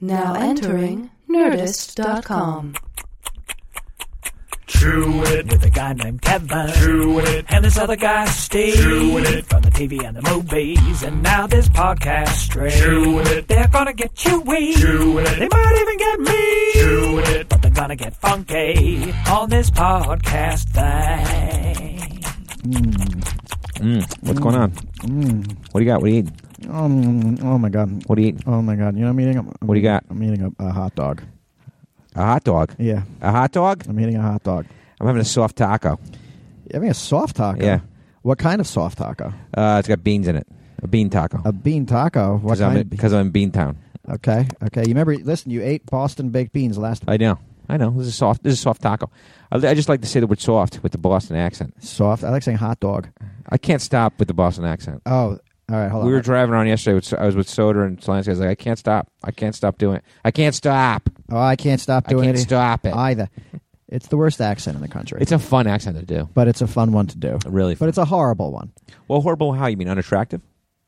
Now entering Nerdist.com. Truitt with a guy named Kevin. Truitt and this other guy Steve. Truitt from the TV and the movies and now this podcast straight. Truitt they're gonna get you weak. Truitt they might even get me. Truitt but they're gonna get funky on this podcast thing. Mm, What's going on? What do you got? What do you eat? Hmm. Um, oh my god. What do you eat? Oh my god. You know what I'm eating? I'm, What do you got? I'm eating a, a hot dog. A hot dog. Yeah, A hot dog? I'm eating a hot dog. I'm having a soft taco. You're having a soft taco. Yeah. What kind of soft taco? Uh, it's got beans in it. A bean taco. A bean taco. What Because I'm, kind? in- of be- 'cause I'm in Bean Town. okay. Okay. You remember? Listen, you ate Boston baked beans last I know. I know. This is soft. This is soft taco. I, I just like to say the word soft with the Boston accent. soft. I like saying hot dog. I can't stop with the Boston accent. Oh, all right. Hold we on. were driving around yesterday. With, I was with Soder and Slansky. I was like, I can't stop. I can't stop doing it. I can't stop. oh, I can't stop I doing can't it stop it. either. It's the worst accent in the country. It's a fun accent to do. but it's a fun one to do. Really fun. But it's a horrible one. Well, horrible. How you mean unattractive?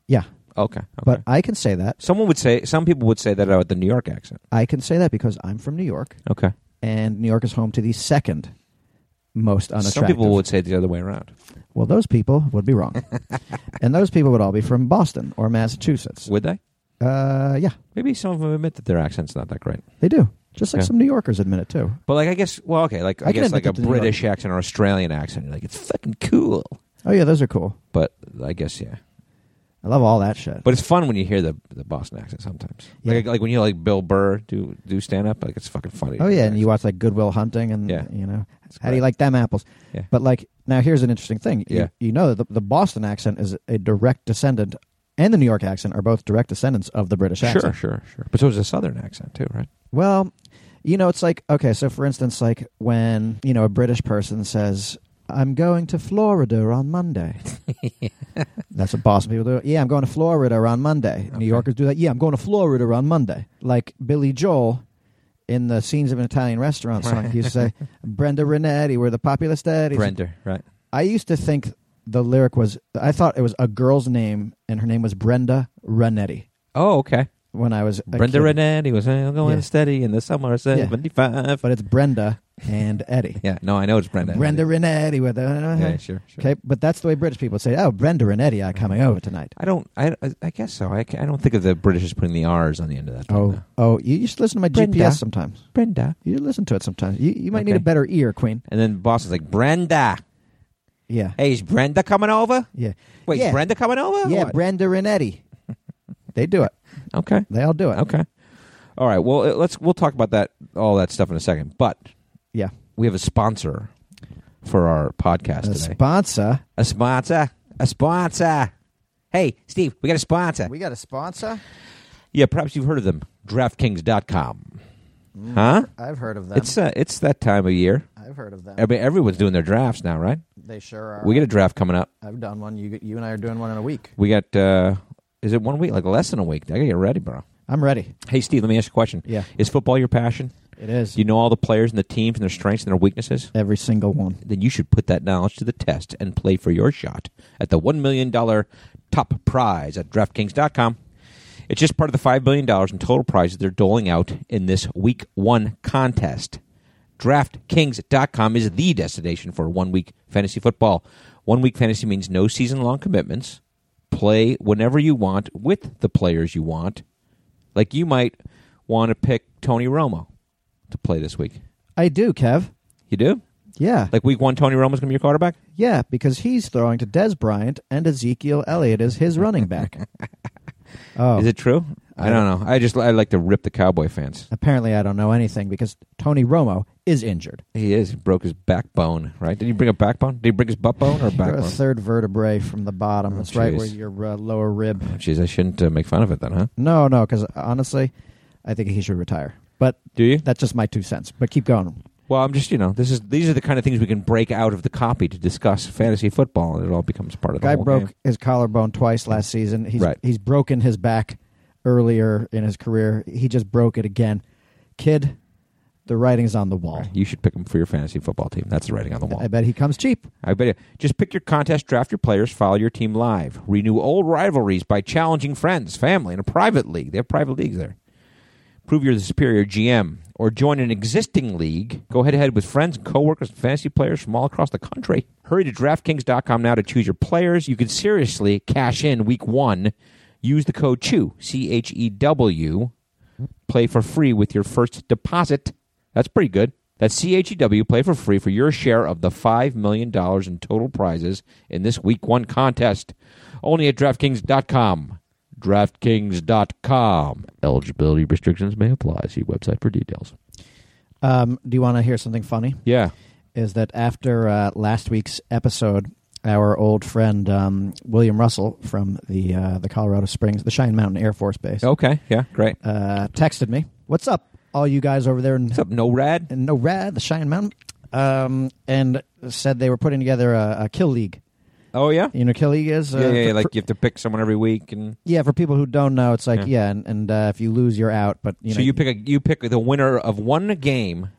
Yeah. Okay. okay. But I can say that. someone would say some people would say that about the New York accent. I can say that because I'm from New York, Okay. and New York is home to the second most unattractive. Some people would say the other way around. Well, those people would be wrong. and those people would all be from Boston or Massachusetts. Would they? Uh, yeah, Maybe some of them admit that their accent's not that great. they do. Just like Yeah. some New Yorkers admit it, too. But like, I guess, well, okay, like I, I can guess like admit a that to New York. British accent or Australian accent, you're like it's fucking cool. Oh, yeah, those are cool. But I guess yeah. I love all that shit. But it's fun when you hear the the Boston accent sometimes. Like uh, like when you hear, like Bill Burr do do stand up, like it's fucking funny. oh, yeah, and you watch like Goodwill Hunting and, Yeah. you know, It's how do great. you like them apples? Yeah. But, like, now here's an interesting thing. You, Yeah. you know that the, the Boston accent is a direct descendant, and the New York accent are both direct descendants of the British accent. Sure, sure, sure. But so is a Southern accent too, right? Well, you know, it's like okay. So, for instance, like when you know a British person says, "I'm going to Florida on Monday," that's what Boston people do. Yeah, I'm going to Florida on Monday. Okay. New Yorkers do that. Yeah, I'm going to Florida on Monday. Like Billy Joel. In the scenes of an Italian restaurant song, he used to say, Brenda Renetti, we're the popular daddies. Brender, right? I used to think the lyric was, I thought it was a girl's name, and her name was Brenda Renetti Oh, okay. when I was a Brenda kid. Renetti was uh, going Yeah. steady in the summer of Yeah. '75. But it's Brenda and Eddie. Yeah, no, I know it's Brenda. Brenda Renetti. Renetti with Yeah, the uh, sure, sure. Uh-huh. okay, but that's the way British people say. Oh, Brenda and Eddie are coming over tonight. I don't. I, I guess so. I, I don't think of the British as putting the R's on the end of that. don't Oh, know. oh, you, you should listen to my Brenda. GPS sometimes. Brenda. You should listen to it sometimes. You, you might need Okay. a better ear, Queen. And then Boston's like Brenda. Yeah, Hey, is Brenda coming over? yeah, Wait, yeah, is Brenda coming over? yeah, What? Brenda and Eddie. they do it. okay. They all do it. Okay. All right. Well, uh, let's we'll talk about that all that stuff in a second. But Yeah, we have a sponsor for our podcast a today. sponsor. a sponsor. A sponsor. Hey, Steve, we got a sponsor. We got a sponsor. yeah, perhaps you've heard of them. DraftKings.com. Mm. Huh? I've heard of them. It's uh, it's that time of year. I've heard of them. I mean, everyone's doing their drafts now, right? They sure are. We got a draft coming up. I've done one. You you and I are doing one in a week. We got uh is it one week? Like less than a week. I gotta get ready, bro. I'm ready. Hey Steve, let me ask you a question. Yeah. Is football your passion? It is Do you know all the players and the teams and their strengths and their weaknesses? every single one. Then you should put that knowledge to the test and play for your shot at the one million dollar top prize at DraftKings.com. It's just part of the five billion dollars in total prizes they're doling out in this week one contest. DraftKings.com is the destination for one week fantasy football. One week fantasy means no season long commitments. Play whenever you want with the players you want. Like you might want to pick Tony Romo to play this week. I do, Kev. You do? Yeah. Like week one, Tony Romo's going to be your quarterback? Yeah, because he's throwing to Des Bryant and Ezekiel Elliott is his running back. oh, Is it true? I don't know. I just I like to rip the Cowboy fans. apparently I don't know anything because Tony Romo is injured. He is. He broke his backbone, right? Did he bring a backbone? Did he break his butt bone or You're a backbone? third vertebrae from the bottom. Oh, That's right jeez. where your uh, lower rib. Oh, Jeez, I shouldn't uh, make fun of it then, huh? No, no, because honestly, I think he should retire. But Do you? that's just my two cents. But keep going. Well, I'm just you know this is these are the kind of things we can break out of the copy to discuss fantasy football, and it all becomes part of the Guy whole broke game. his collarbone twice last season. He's Right. he's broken his back earlier in his career. He just broke it again. Kid, the writing's on the wall. You should pick him for your fantasy football team. That's the writing on the wall. I bet he comes cheap. I bet you. Just pick your contest, draft your players, follow your team live. Renew old rivalries by challenging friends, family, in a private league. They have private leagues there. Prove you're the superior GM or join an existing league. Go head to head with friends, coworkers, and fantasy players from all across the country. Hurry to DraftKings.com now to choose your players. You can seriously cash in week one. Use the code CHEW, C H E W. Play for free with your first deposit. That's pretty good. That's C H E W. Play for free for your share of the $5 million in total prizes in this week one contest. Only at DraftKings.com. DraftKings.com. Eligibility restrictions may apply. See website for details. Um, do you want to hear something funny? Yeah. Is that after uh, last week's episode, our old friend um, William Russell from the uh, the Colorado Springs, the Cheyenne Mountain Air Force Base, Okay. Yeah. Great. uh, texted me, "What's up, all you guys over there in What's up, no rad? and no rad the Cheyenne Mountain, um, and said they were putting together a, a kill league. Oh, yeah? You know, what kill league is Yeah, yeah, for- yeah, for, Like you have to pick someone every week, and yeah. For people who don't know, it's like Yeah. yeah, and, and uh, if you lose, you're out. But you so know, you pick a you pick the winner of one game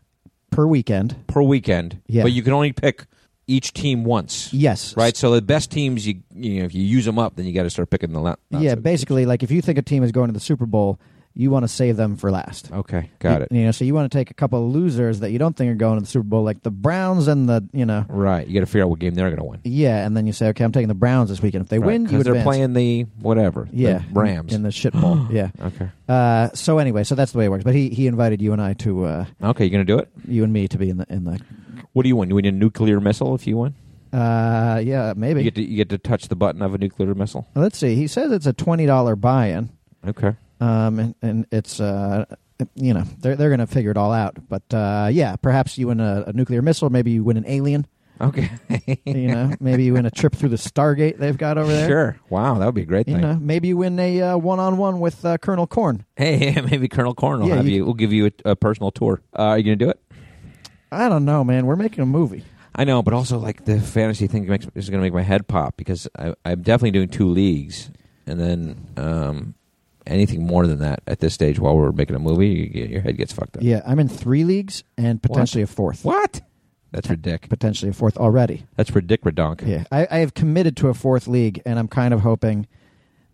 per weekend. per weekend. Yeah. But you can only pick each team once. Yes, Right. So the best teams, you you know, if you use them up, then you got to start picking the last. yeah, basically, like if you think a team is going to the Super Bowl, you want to save them for last. Okay. Got You- it. You know, so you want to take a couple of losers that you don't think are going to the Super Bowl, like the Browns and the you know, Right. You got to figure out what game they're going to win. yeah, and then you say, okay, I'm taking the Browns this weekend. If they Right, win, you advance. they're playing the whatever. the yeah, Rams. in the shit bowl. yeah. okay. Uh, so anyway, so that's the way it works. But he, he invited you and I to uh, Okay. You gonna do it? you and me to be in the in the What do you want? You want a nuclear missile if you win? uh, yeah You maybe. get to you get to touch the button of a nuclear missile. Let's see. He says it's a twenty dollar buy in. Okay. Um, and, and it's uh, you know, they're they're gonna figure it all out. But uh, yeah, perhaps you win a, a nuclear missile. Maybe you win an alien. Okay. You know, maybe you win a trip through the Stargate they've got over there. Sure. Wow, that would be a great You thing. know, maybe you win a uh, one-on-one with uh, Colonel Corn. Hey, maybe Colonel Corn will Yeah, have you- you. We'll give you a, a personal tour. Uh, are you gonna do it? I don't know, man. We're making a movie. I know, but also like the fantasy thing makes, is going to make my head pop because I, I'm definitely doing two leagues, and then um, anything more than that at this stage while we're making a movie, you get, your head gets fucked up. Yeah, I'm in three leagues and What? potentially a fourth. What? That's for Dick. Potentially a fourth already. That's for Dick Redonk. Yeah, I, I have committed to a fourth league, and I'm kind of hoping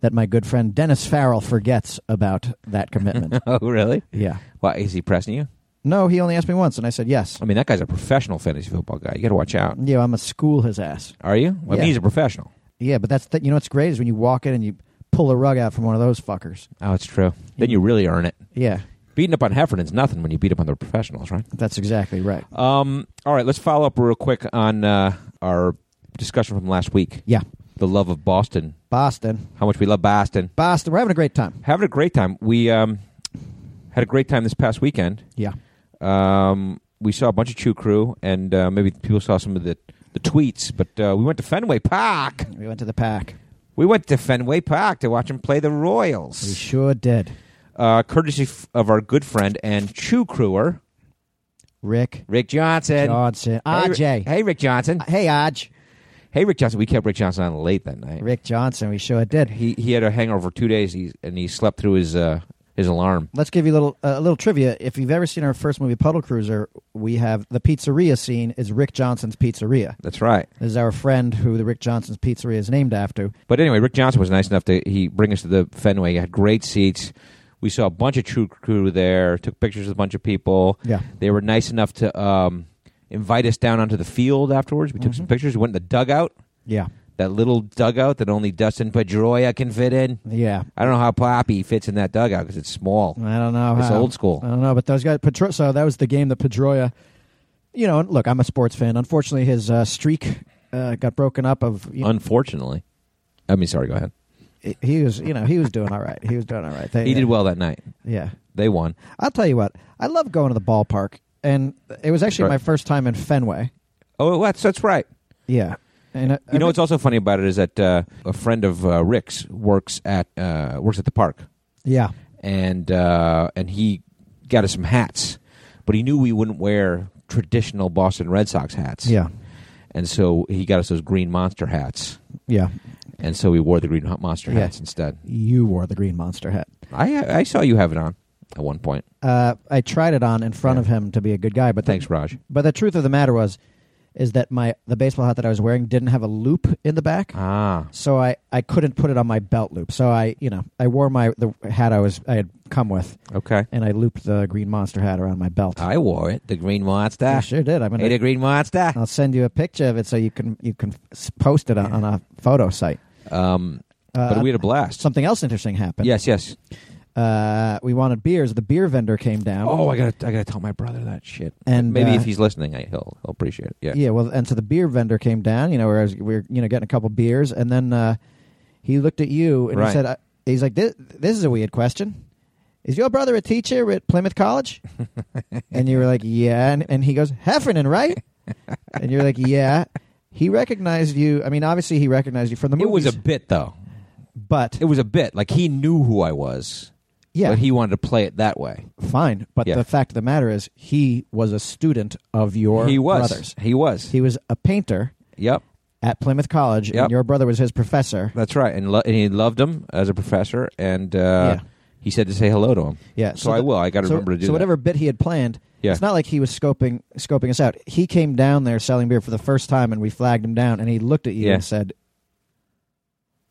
that my good friend Dennis Farrell forgets about that commitment. Oh, really? yeah. Why is he pressing you? No, he only asked me once, and I said yes. I mean, that guy's a professional fantasy football guy. You got to watch out. Yeah, I'm a school his ass. Are you? Well, I Yeah. mean, he's a professional. Yeah, but that's the, you know what's great is when you walk in and you pull a rug out from one of those fuckers. Oh, it's true. Then you really earn it. Yeah, Beating up on Heffernan's nothing when you beat up on the professionals, right? that's exactly right. Um, all right, let's follow up real quick on uh, our discussion from last week. Yeah, the love of Boston. Boston, How much we love Boston. Boston. We're having a great time. Having a great time. We um, had a great time this past weekend. Yeah, Um, we saw a bunch of Chew Crew, and uh, maybe people saw some of the, the tweets, but uh, we went to Fenway Park. we went to the pack. We went to Fenway Park to watch them play the We Royals. sure did. Uh, courtesy f- of our good friend and Chew Crewer, Rick Rick Johnson. Johnson, Hey, Ri- RJ. Hey, Rick Johnson. Hey, Aj. Hey, Rick Johnson. We kept Rick Johnson on late that night. Rick Johnson. We sure did. He, he had a hangover two days, he, and he slept through his, uh, his alarm. Let's give you a little a little trivia. If you've ever seen our first movie, Puddle Cruiser, we have the pizzeria scene is Rick Johnson's pizzeria. That's right. This is our friend who the Rick Johnson's pizzeria is named after. But anyway, Rick Johnson was nice enough to he bring us to the Fenway. He had great seats. We saw a bunch of true crew there. Took pictures with a bunch of people. Yeah. They were nice enough to um, invite us down onto the field afterwards. We took some pictures. We went in the dugout, Yeah. that little dugout that only Dustin Pedroia can fit in. Yeah. I don't know how Poppy fits in that dugout because it's small. I don't know. It's how. old school. I don't know, but those guys. Pedro, so that was the game that Pedroia. You know, and look, I'm a sports fan. Unfortunately, his uh, streak uh, got broken up. Of you Unfortunately, I mean, sorry. Go ahead. he was, you know, he was doing all right. He was doing all right. They, uh, He did well that night. Yeah, They won. I'll tell you what. I love going to the ballpark, and it was actually Right. my first time in Fenway. Oh, that's that's right. Yeah, and uh, I, You know I- what's also funny about it is that uh, a friend of uh, Rick's works at uh, works at the park, yeah, and uh, and he got us some hats, but he knew we wouldn't wear traditional Boston Red Sox hats. yeah, and so he got us those green monster hats, yeah. and so we wore the green Hot monster Yeah. hats instead. You wore the green monster hat. I I saw you have it on at one point. Uh, I tried it on in front Yeah. of him to be a good guy, but the- Thanks, Raj. But the truth of the matter was, is that my the baseball hat that I was wearing didn't have a loop in the back. Ah. So I, I couldn't put it on my belt loop. So I, you know, I wore my the hat I was I had come with Okay. and I looped the green monster hat around my belt. I wore it. The green You Uh, monster. sure did. I'm Hey, the gonna, green monster. I'll send you a picture of it so you can you can s- post it on, on a photo site. Um, Uh, but we had a blast. something else interesting happened. Yes, yes. Uh, we wanted beers. The beer vendor came down. Oh, I gotta, I gotta tell my brother that shit. And, maybe uh, if he's listening, I, he'll, he'll appreciate it. Yeah. Yeah, well, and so the beer vendor came down. You know, where I was, we were, you know, getting a couple beers, and then uh, he looked at you and Right. he said, uh, "He's like, this, this is a weird question. Is your brother a teacher at Plymouth College?" and you were like, "Yeah," and, and he goes, "Heffernan, right?" and you're like, "Yeah." He recognized you. I mean, obviously, he recognized you from the It was movies. a bit though. but It was a bit. Like he knew who I was. yeah, But he wanted to play it that way. fine. But Yeah. the fact of the matter is, he was a student of your he was. brothers. He was. He was a painter yep. at Plymouth College, Yep. and your brother was his professor. That's right. And, lo- and he loved him as a professor. And uh, Yeah. he said to say hello to him. Yeah. So, I the- will. I got to so, remember to do so that. whatever bit he had planned, Yeah. it's not like he was scoping scoping us out. He came down there selling beer for the first time, and we flagged him down, and he looked at you Yeah. and said,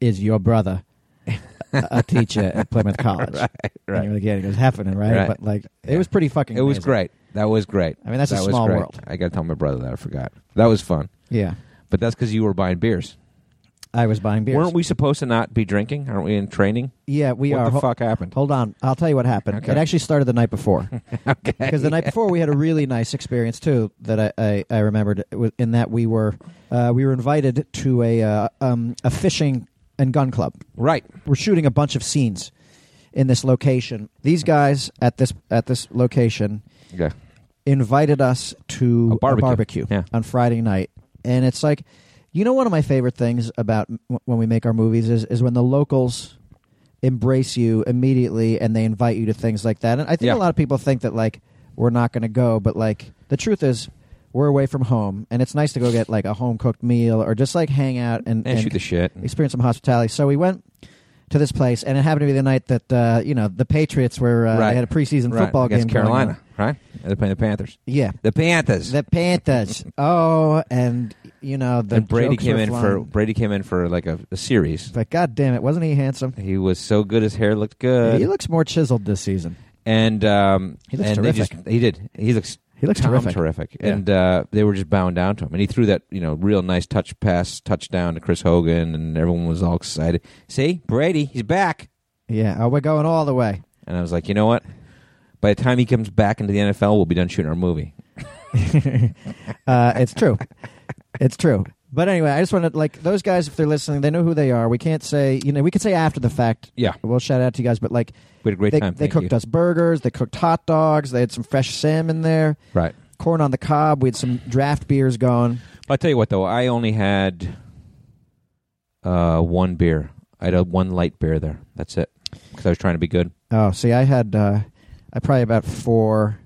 "Is your brother a a teacher at Plymouth uh, College?" Right, And right. you were like, "Yeah." And he goes, "Heffernan, right?" Right. But like, Yeah. it was pretty fucking. It was amazing. great. That was great. I mean, that's that a was small great. world. I got to tell my brother that I forgot. That was fun. Yeah, But that's because you were buying beers. I was buying beers. Weren't we supposed to not be drinking? Aren't we in training? Yeah, we what are. the Ho- fuck happened? Hold on, I'll tell you what happened. Okay. It actually started the night before. okay. because the night before we had a really nice experience too that I, I, I remembered It was in that we were uh, we were invited to a uh, um, a fishing and gun club. Right. We're shooting a bunch of scenes in this location. These guys at this at this location Yeah. invited us to A barbecue. Yeah. on Friday night, and it's like you know one of my favorite things about m- when we make our movies is is when the locals embrace you immediately and they invite you to things like that. And I think Yeah. a lot of people think that like we're not going to go, but like the truth is we're away from home, and it's nice to go get like a home cooked meal or just like hang out and, And and shoot the shit. experience some hospitality. So we went. To this place, and it happened to be the night that uh, you know the Patriots were uh, Right. they had a preseason football right. against game going on. Carolina, right? They're playing the Panthers. Yeah, The Panthers. the Panthers. oh, and you know the and Brady jokes came were in for flying. Brady came in for like a, a series. But god damn it, wasn't he handsome? He was so good. His hair looked good, he looks more chiseled this season. and um, He looks and They terrific. just, he did. He looks He looks Tom terrific. Yeah. And uh, they were just bowing down to him, and he threw that you know real nice touch pass touchdown to Chris Hogan, and everyone was all excited. See, Brady, he's back. Yeah, oh, we're going all the way. And I was like, you know what? By the time he comes back into the NFL, we'll be done shooting our movie. Uh, it's true, it's true. But anyway, I just wanted like those guys. If they're listening, they know who they are. We can't say you know. We can say after the fact. Yeah, We'll shout out to you guys. But like we had a great they, time. they Thank cooked you. us burgers. They cooked hot dogs. They had some fresh salmon there, right. corn on the cob. We had some draft beers going. I'll tell you what, though, I only had uh, one beer. I had a one light beer there. That's it. Because I was trying to be good. Oh, see, I had uh, I probably about four,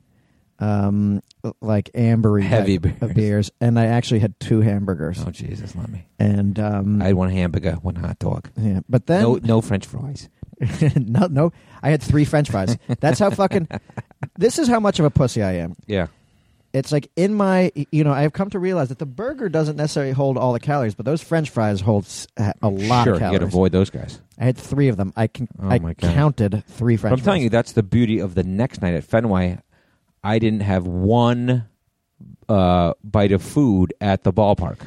um, like ambery Heavy type beers. of beers, and I actually had two hamburgers, Oh, Jesus, let me. and um, I had one hamburger, one hot dog. yeah, but then no, no French fries. no, no, I had three French fries. That's how fucking. This is how much of a pussy I am. Yeah. It's like in my, you know, I have come to realize that the burger doesn't necessarily hold all the calories, but those French fries hold s- uh, a a lot Sure, of you got calories. to avoid those guys. I had three of them. I can, Oh I my God. counted three But French. I'm telling fries. you, that's the beauty of the next night at Fenway. I didn't have one uh, bite of food at the ballpark,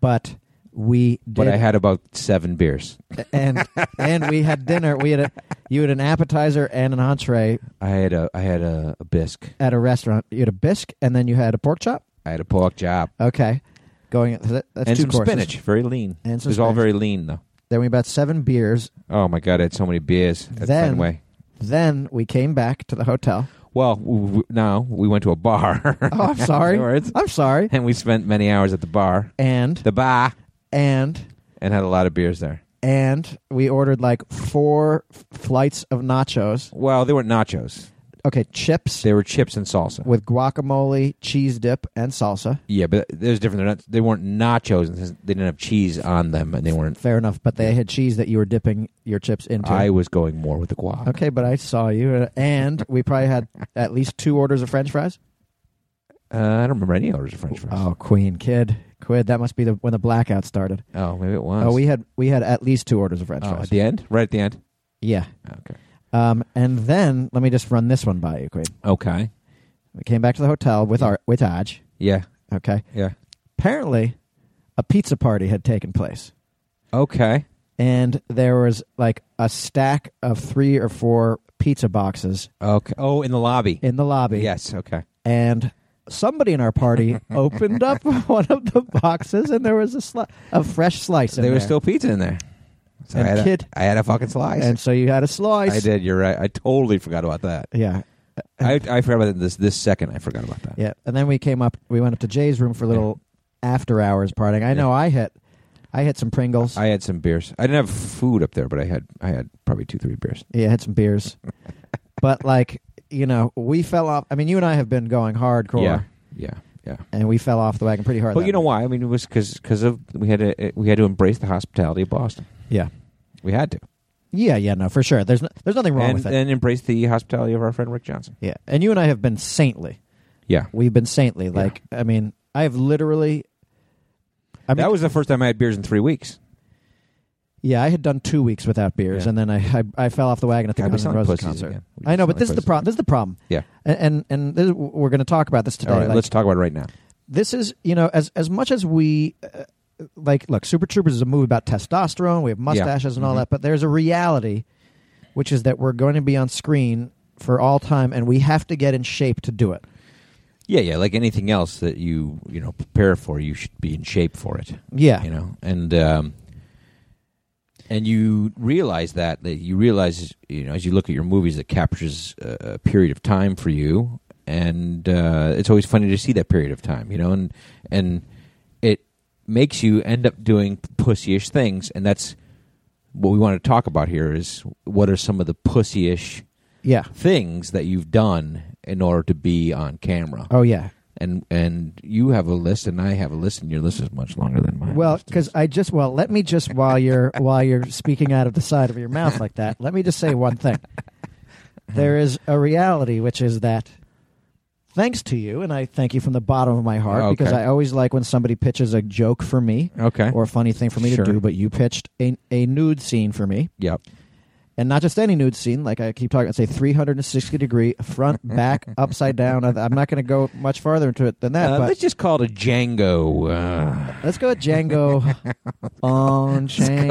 but we did but I had about seven beers. and and we had dinner. We had a you had an appetizer and an entree I had a I had a, a bisque. at a restaurant. You had a bisque and then you had a pork chop. I had a pork chop Okay, going that, that's and two some courses. spinach. Very lean. And some it was all spinach. very lean though. Then we had seven beers. Oh my god, I had so many beers at Then- Fenway. Then we came back to the hotel. Well, w- w- no, we went to a bar. Oh, I'm sorry. afterwards, I'm sorry. and we spent many hours at the bar, And the bar, and and had a lot of beers there. and we ordered like four f- flights of nachos. Well, they weren't nachos; Okay, chips they were chips and salsa. with guacamole, cheese dip, and salsa. Yeah, but there's different. They're not, they weren't nachos, and since they didn't have cheese on them, and they weren't. Fair enough, but they had cheese that you were dipping your chips into. I was going more with the guac. Okay, but I saw you, uh, and we probably had at least two orders of French fries. Uh, I don't remember any orders of French fries. Oh, Queen, kid, quid. That must be the when the blackout started. Oh, maybe it was. Oh, we had we had at least two orders of French Oh, fries. at the end, right at the end. Yeah. Okay. Um, and then let me just run this one by you, Queen. Okay. We came back to the hotel with our with Aj. Yeah. Okay. Yeah. Apparently, a pizza party had taken place, Okay. and there was like a stack of three or four pizza boxes Okay. Oh, in the lobby. in the lobby. Yes. Okay. and somebody in our party opened up one of the boxes, and there was a sli- a fresh slice. In there was there. still pizza in there. So And I had kid- A, I had a fucking slice. and so you had a slice. I did. You're right. I totally forgot about that. Yeah, I, I forgot about that this this second. I forgot about that. yeah. And then we came up. We went up to Jay's room for a little after hours partying. I know I hit, I hit some Pringles. I had some beers. I didn't have food up there, but I had I had probably two three beers. yeah, had some beers. but like you know, we fell off. I mean, you and I have been going hardcore, Yeah. Yeah. Yeah. and we fell off the wagon pretty hard. But that you know night. why? I mean, it was because of we had to we had to embrace the hospitality of Boston. Yeah, We had to, yeah, yeah. No, for sure. There's no, there's nothing wrong and, with it. and embrace the hospitality of our friend Rick Johnson. yeah, and you and I have been saintly. Yeah, We've been saintly. Like I mean, I have literally. I mean, that was the first time I had beers in three weeks. yeah. I had done two weeks without beers, Yeah. and then I, I I fell off the wagon at the God, we Guns N' sound like Roses pussies concert. again. We I know, sound but like this is the pussies. problem. This is the problem. Yeah. And and, and this, we're going to talk about this today. All right, like, let's talk about it right now. this is you know as as much as we uh, like look super troopers is a movie about testosterone we have mustaches and all Mhm. that but there's a reality which is that we're going to be on screen for all time and we have to get in shape to do it Yeah, yeah. Like anything else that you you know prepare for, you should be in shape for it. yeah You know, and um, and you realize that that you realize you know as you look at your movies that captures a, a period of time for you, and uh, it's always funny to see that period of time. You know, and and it makes you end up doing pussyish things, and that's what we want to talk about here is what are some of the pussyish yeah things that you've done in order to be on camera oh yeah and and you have a list and I have a list and your list is much longer than mine. well because i just well let me just while you're while you're speaking out of the side of your mouth like that let me just say one thing there is a reality which is that thanks to you and i thank you from the bottom of my heart Okay. because i always like when somebody pitches a joke for me okay, or a funny thing for me Sure. to do, but you pitched a, a nude scene for me. yep, And not just any nude scene, like I keep talking, it's a 360 degree front, back, upside down. I- I'm not going to go much farther into it than that, Uh, but let's let's, just call it a Django. Uh, go with Django let's call it Unchained.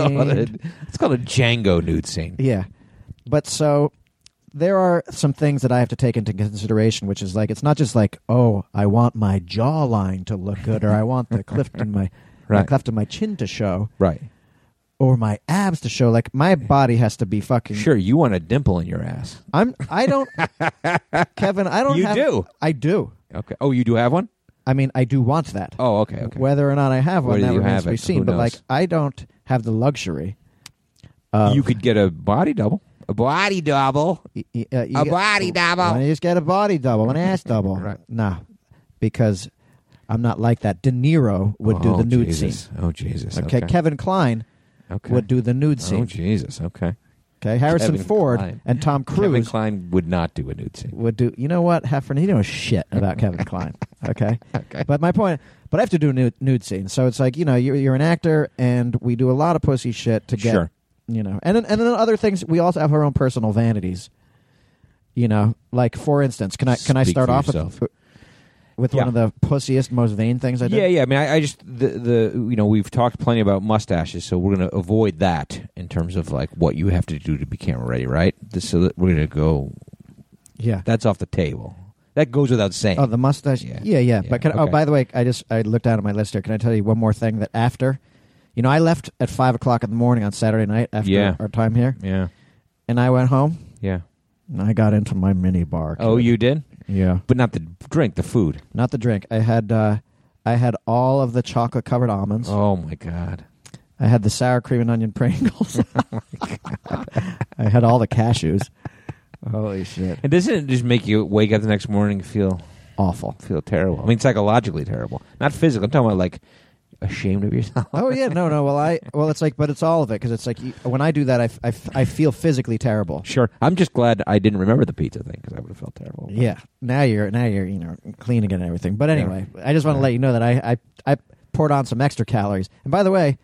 a, let's call it a Django nude scene. Yeah. But so there are some things that I have to take into consideration, which is like, it's not just like, oh, I want my jawline to look good, or I want the cleft in my, my Right. cleft in my chin to show, Right, or my abs to show. Like, my body has to be fucking sure. You want a dimple in your ass? I'm. I don't. Kevin, I don't. You have- do. I do. Okay. Oh, you do have one. I mean, I do want that. Oh, okay, okay. Whether or not I have one, Whether that you remains have to be it, seen. who But knows? like, I don't have the luxury. Of, you could get a body double. A body double. y- y- uh, you a get- body double. Why don't you just get a body double, an ass double? Right. Nah, because I'm not like that. De Niro would do Oh, the nude Jesus. scene. Oh Jesus. Okay. Kevin Klein Okay. would do the nude Oh scene. Jesus. Okay. okay, Harrison Kevin Ford Kline. and Tom Kevin Cruise Klein would not do a nude scene. would do. You know what, Heffernan? You don't know shit about Kevin Klein. Okay. Okay. But my point, but I have to do nude, nude scenes. So it's like you know, you're, you're an actor, and we do a lot of pussy shit to get, Sure. you know, and then- and then other things. We also have our own personal vanities. You know, like for instance, can I can I Speak start for off yourself. with with Yeah. one of the pussiest, most vain things I did? Yeah, yeah. I mean, I, I just the the you know we've talked plenty about mustaches, so we're going to avoid that in terms of like what you have to do to be camera ready, right? This, so that we're going to go. yeah. That's off the table. That goes without saying. Oh, the mustache. Yeah. Yeah, yeah. Yeah, But can, oh, okay. by the way, I just I looked down at my list here. Can I tell you one more thing that after, you know, I left at five o'clock in the morning on Saturday night after Yeah. our time here, yeah, and I went home yeah. and I got into my mini bar. Oh, kid. you did, yeah. but not the drink, the food. Not the drink. I had uh, I had all of the chocolate covered almonds. Oh my god. I had the sour cream and onion Pringles. I had all the cashews. Holy shit! And doesn't it just make you wake up the next morning and feel Awful. feel terrible? I mean, psychologically terrible, not physical. I'm talking about like ashamed of yourself? oh yeah, no, no. Well, I well, it's like, but it's all of it because it's like you- when I do that, I, f- I, f- I feel physically terrible. Sure. I'm just glad I didn't remember the pizza thing because I would have felt terrible. Yeah. Now you're now you're you know clean again and everything. But anyway, I just want to let you know that I, I I poured on some extra calories. And by the way,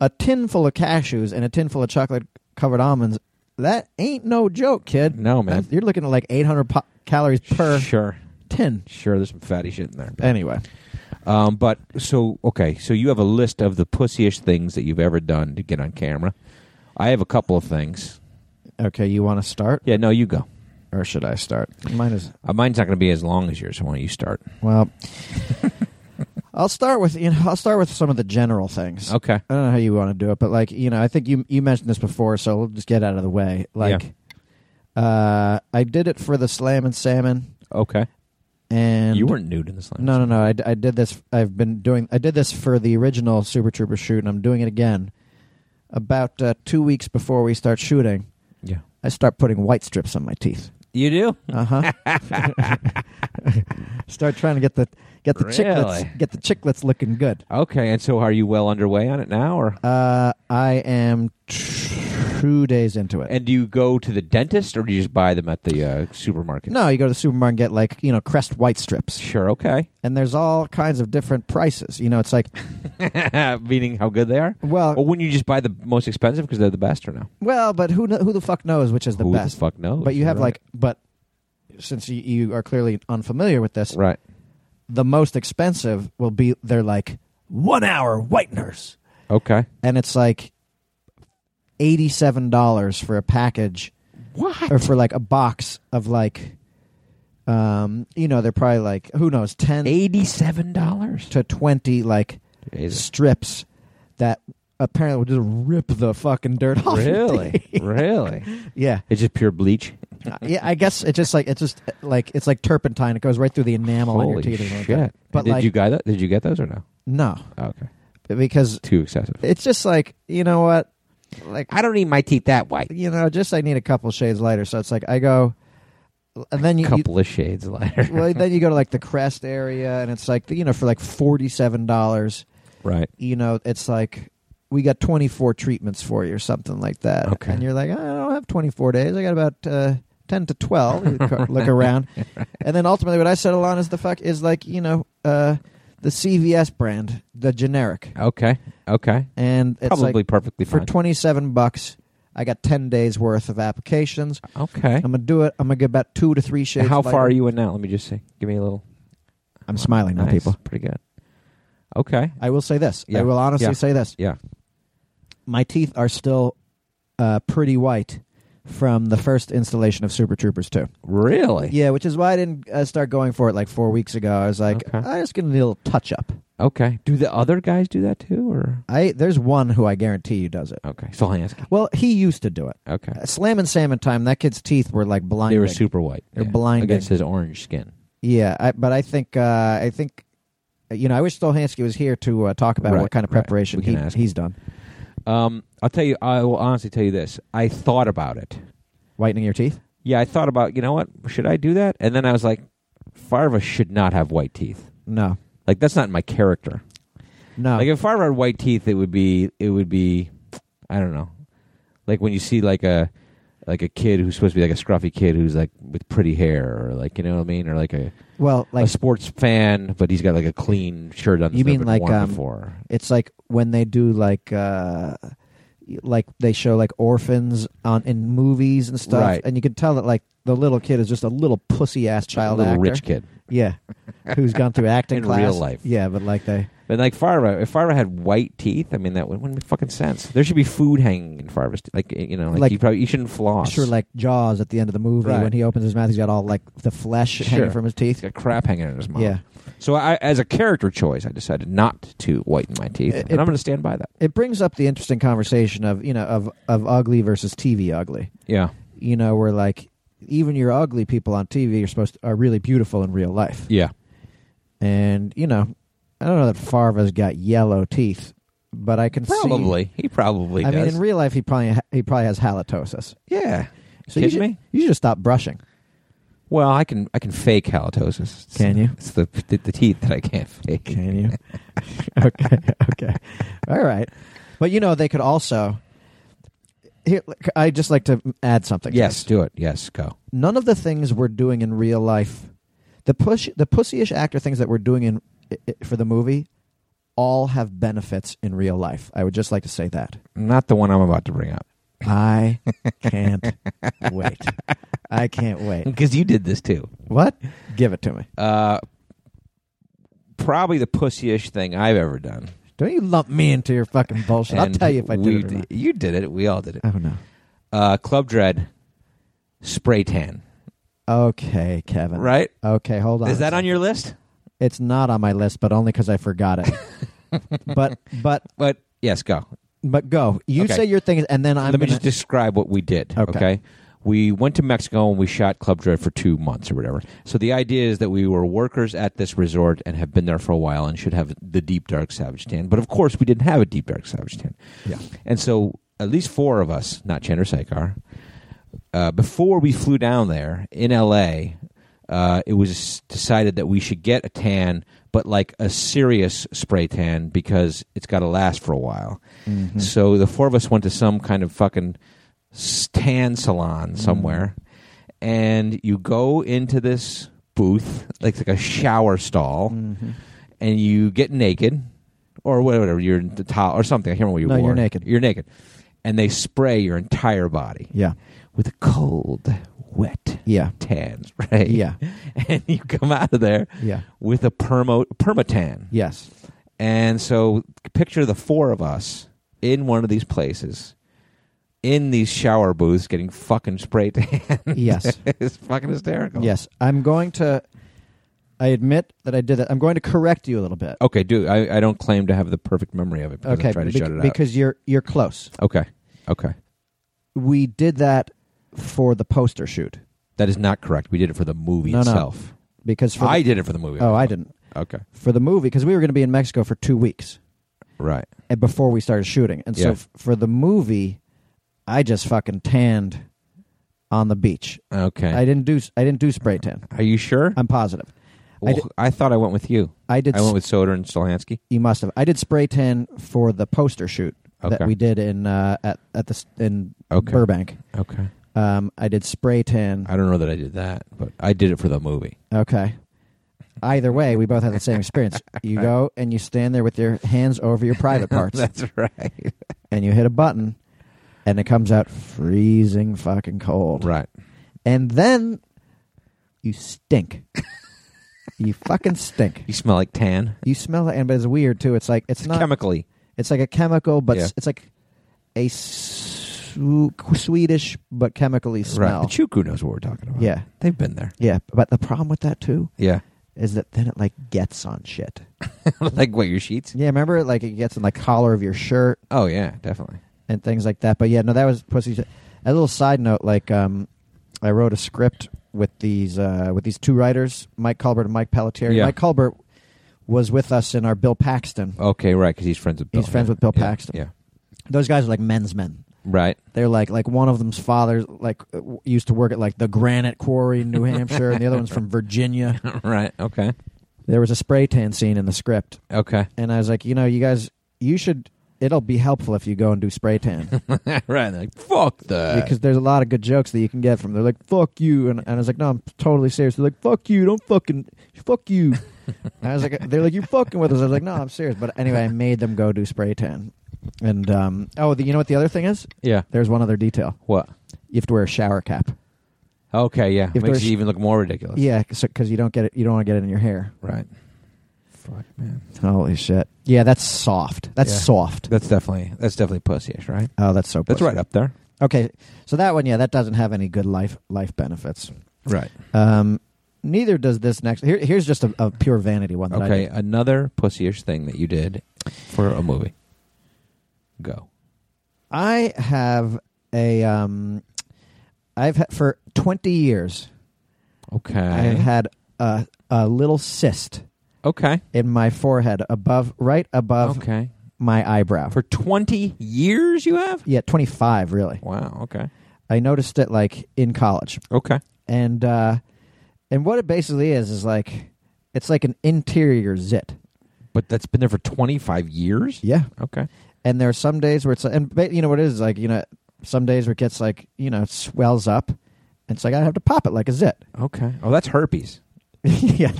a tin full of cashews and a tin full of chocolate covered almonds. That ain't no joke, kid. No, man. You're looking at like 800 po- calories per Sure. tin. Sure. There's some fatty shit in there. Anyway, Um, but so okay, so you have a list of the pussyish things that you've ever done to get on camera. I have a couple of things. okay, you want to start Yeah, no, you go. or should I start? Mine is Uh, mine's not going to be as long as yours. So why don't you start? well. I'll start with you know, I'll start with some of the general things. Okay. I don't know how you want to do it, but like you know, I think you you mentioned this before, so we'll just get out of the way. Like, uh, I did it for the Slam and Salmon, Okay. and you weren't nude in this line. No, no, no. I, I did this. I've been doing. I did this for the original Super Trooper shoot, and I'm doing it again. About uh, two weeks before we start shooting, Yeah. I start putting white strips on my teeth. You do? Uh huh. start trying to get the get the Really? chiclets get the chiclets looking good. Okay. And so are you well underway on it now or Uh, I am two days into it. and do you go to the dentist or do you just buy them at the uh, supermarket? No, you go to the supermarket and get like, you know, Crest white strips. Sure, okay. And there's all kinds of different prices. You know, it's like, Meaning how good they are? Or well, wouldn't you just buy the most expensive because they're the best or no? well, but who kn- who the fuck knows which is the Who best? the fuck knows? but you have Right. like but since you, you are clearly unfamiliar with this, Right. the most expensive will be they're like 1 hour whiteners. Okay. And it's like $87 for a package What? or for like a box of like um, you know, they're probably like who knows, 10 Eighty-seven dollars. to 20 like strips that apparently will just rip the fucking dirt off. your Really? teeth. really? yeah. It's just pure bleach. Yeah, I guess it's just like it's just uh, like it's like turpentine. It goes right through the enamel on your Holy teeth. or something shit! like that. But And did like you guy that? Did you get those or no? Oh, no, Okay, because too excessive. it's just like you know what, like I don't need my teeth that white. you know, just I need a couple shades lighter. So it's like I go, and then you. you- Couple of shades lighter. well, then you go to like the crest area, and it's like you know for like forty seven dollars. right. you know, it's like we got 24 treatments for you or something like that. Okay. And you're like, I don't have 24 days. I got about uh, 10 to 12. You ca- look around. And then ultimately what I settle on is the fuck is like, you know, uh, the CVS brand, the generic. Okay. Okay. And it's Oh, Probably like perfectly for fine. 27 bucks, I got 10 days worth of applications. okay. I'm going to do it. I'm going to get about two to three shades. How far lighter. are you in now? Let me just see. Give me a little. I'm smiling now, Nice. people. Pretty good. Okay. I will say this. Yeah. I will honestly Yeah. say this. Yeah. my teeth are still uh, pretty white from the first installation of Super Troopers 2. Really? Yeah, which is why I didn't uh, start going for it like four weeks ago. I was like, Okay. I'm just gonna need a little touch up. Okay. Do the other guys do that too, or? I there's one who I guarantee you does it. Okay. So I ask. Well, he used to do it. Okay. Uh, Slam and Salmon time, that kid's teeth were like blinding. They were super white. They're blinding. against his orange skin. Yeah, I, but I think uh, I think you know I wish Stolhansky was here to uh, talk about Right, what kind of right. preparation We can he- ask. he's done. Um, I'll tell you. I will honestly tell you this. I thought about it. Whitening your teeth. Yeah, I thought about. You know what? Should I do that? And then I was like, Farva should not have white teeth. No, Like that's not in my character. no. Like if Farva had white teeth, it would be. It would be. I don't know. Like when you see like a like a kid who's supposed to be like a scruffy kid who's like with pretty hair or like you know what I mean or like a, well, a like sports fan but he's got like a clean shirt on. that's You mean never been like, worn um, before? It's like when they do like uh like they show like orphans on in movies and stuff, Right. and you can tell that like the little kid is just a little pussy ass child a little actor, rich kid. yeah, who's gone through acting In class real life. yeah, but like they But like Farva, if Farva had white teeth, I mean that wouldn't, wouldn't make fucking sense. There should be food hanging in Farva's teeth. Like you know, like, Like- you probably you shouldn't floss. sure like Jaws at the end of the movie Right. when he opens his mouth, he's got all like the flesh Sure. hanging from his he's teeth. got crap hanging in his mouth. Yeah, So I, as a character choice, I decided not to whiten my teeth, It- and I'm going to stand by that. it brings up the interesting conversation of you know of of ugly versus TV ugly. Yeah. You know, where like even your ugly people on TV are supposed to, are really beautiful in real life. Yeah. And, you know, I don't know that Farva's got yellow teeth, but I can see. Probably. He probably I does. mean, in real life, he probably ha- he probably has halitosis. yeah. So you Kidding should, me? You should just stop brushing. Well, I can I can fake halitosis. It's- Can you? It's the, the the teeth that I can't fake. Can you? okay, okay, all right. But you know, they could also. Here, I just like to add something. to Yes, this. do it. Yes, go. none of the things we're doing in real life, the push, the pussyish actor things that we're doing in i- i- for the movie, all have benefits in real life. I would just like to say that. Not the one I'm about to bring up I can't wait. I can't wait. because you did this too. What? Give it to me. Uh, probably the pussyish thing I've ever done. Don't you lump me into your fucking bullshit. I'll And tell you if I did we it or not. You did it. We all did it. Oh no. Uh, Club Dread, spray tan. Okay, Kevin. Right? Okay, hold on. Is that on your list? It's not on my list, but only because I forgot it. but but But yes, go. but go. You Okay. say your thing, and then I'm Let me gonna- just describe what we did. Okay. Okay. We went to Mexico and we shot Club Dread for two months or whatever. So the idea is that we were workers at this resort and have been there for a while and should have the Deep Dark Savage Tan. But of course, we didn't have a Deep Dark Savage Tan. Yeah. And so at least four of us, not Chandra Sekar, uh, before we flew down there in LA, uh, it was decided that we should get a tan, but like a serious spray tan because it's got to last for a while. Mm-hmm. Mm. So the four of us went to some kind of fucking s- tan Mm. salon somewhere, and you go into this booth, like like a shower stall, Mm. Mm-hmm. and you get naked or whatever you're in the towel or something. I can't remember what you No, wore. you're naked. You're naked, and they spray your entire body Yeah. with a cold, wet Yeah. tans, right? Yeah. and you come out of there Yeah. with a permo permatan. Yes. And so picture the four of us in one of these places, in these shower booths, getting fucking spray tan. Yes. it's fucking hysterical. Yes. I'm going to. I admit that I did that. I'm going to correct you a little bit. Okay, dude. I, I don't claim to have the perfect memory of it because I Oh, try to bec- shut it out. because you're you're close. okay, okay, We did that for the poster shoot that is not correct. We did it for the movie No, no. itself. because for the, I did it for the movie. oh I didn't Okay, for the movie because we were going to be in Mexico for two weeks right. and before we started shooting, and so Yeah. f- for the movie, I just fucking tanned on the beach. Okay. I didn't do s- I didn't do spray tan. Are you sure? I'm positive. Well, I I did- thought I went with you. I did. I went s- with Soder and Stolansky. you must have. I did spray tan for the poster shoot that Okay. we did in uh, at at the s- in Okay. Burbank. Okay. Um, I did spray tan. I don't know that I did that, but I did it for the movie. Okay. Either way, we both had the same experience. You go and you stand there with your hands over your private parts, That's right. and you hit a button, and it comes out freezing fucking cold. Right. And then you stink. you fucking stink. You smell like tan. You smell it, and but it's weird too. It's like it's not. Chemically. It's like a chemical, but Yeah. s- it's like a su- Swedish but chemically smell. Right. The Chuku knows what we're talking about. Yeah, They've been there. yeah. But the problem with that too Yeah. is that then it like gets on shit. like what, your sheets? Yeah, remember like it gets in the collar of your shirt Oh, yeah, definitely. and things like that. But yeah, no, that was pussy. shit. A little side note, like um, I wrote a script with these uh, with these two writers, Mike Culbert and Mike Pelletier. Yeah. Mike Culbert was with us in our Bill Paxton. Okay, right, because he's friends with Bill. He's friends with Bill Yeah, Paxton. Yeah. Those guys are like men's men. Right. They're like like one of them's father like uh, w- used to work at like the granite quarry in New Hampshire, and the other one's from Virginia. right. Okay. There was a spray tan scene in the script, Okay. and I was like, you know, you guys, you should. It'll be helpful if you go and do spray tan. right. They're like, fuck that. because there's a lot of good jokes that you can get from. They're like, "Fuck you," and, and I was like, "No, I'm totally serious." They're like, "Fuck you, don't fucking fuck you." and I was like, "They're like, you're fucking with us." I was like, "No, I'm serious." But anyway, I made them go do spray tan, and um, oh, the, you know what the other thing is? yeah. There's one other detail. What? You have to wear a shower cap. Okay, yeah. If Makes there's- it even look more ridiculous. Yeah, because you don't get it. You don't want to get it in your hair. Right. Fuck, man. Holy shit! Yeah, that's soft. That's Yeah. soft. That's definitely, that's definitely pussyish, right? Oh, that's so. That's pussy. right up there. Okay, so that one, yeah, that doesn't have any good life life benefits. Right. Um, neither does this next. Here, here's just a, a pure vanity one. That I Okay, did. another pussyish thing that you did for a movie. Go. I have a. Um, I've had for 20 years. Okay. I've had a a little cyst okay. in my forehead, above, right above Okay. my eyebrow. For 20 years you have? yeah, 25 really. Wow, okay. I noticed it like in college, Okay. and uh, And what it basically is is like it's like an interior zit. But that's been there for 25 years? Yeah. Okay. And there are some days where it's and ba- you know what it is like you know some days where it gets like you know it swells up. And it's like I have to pop it like a zit. Okay. Oh, that's herpes. yeah,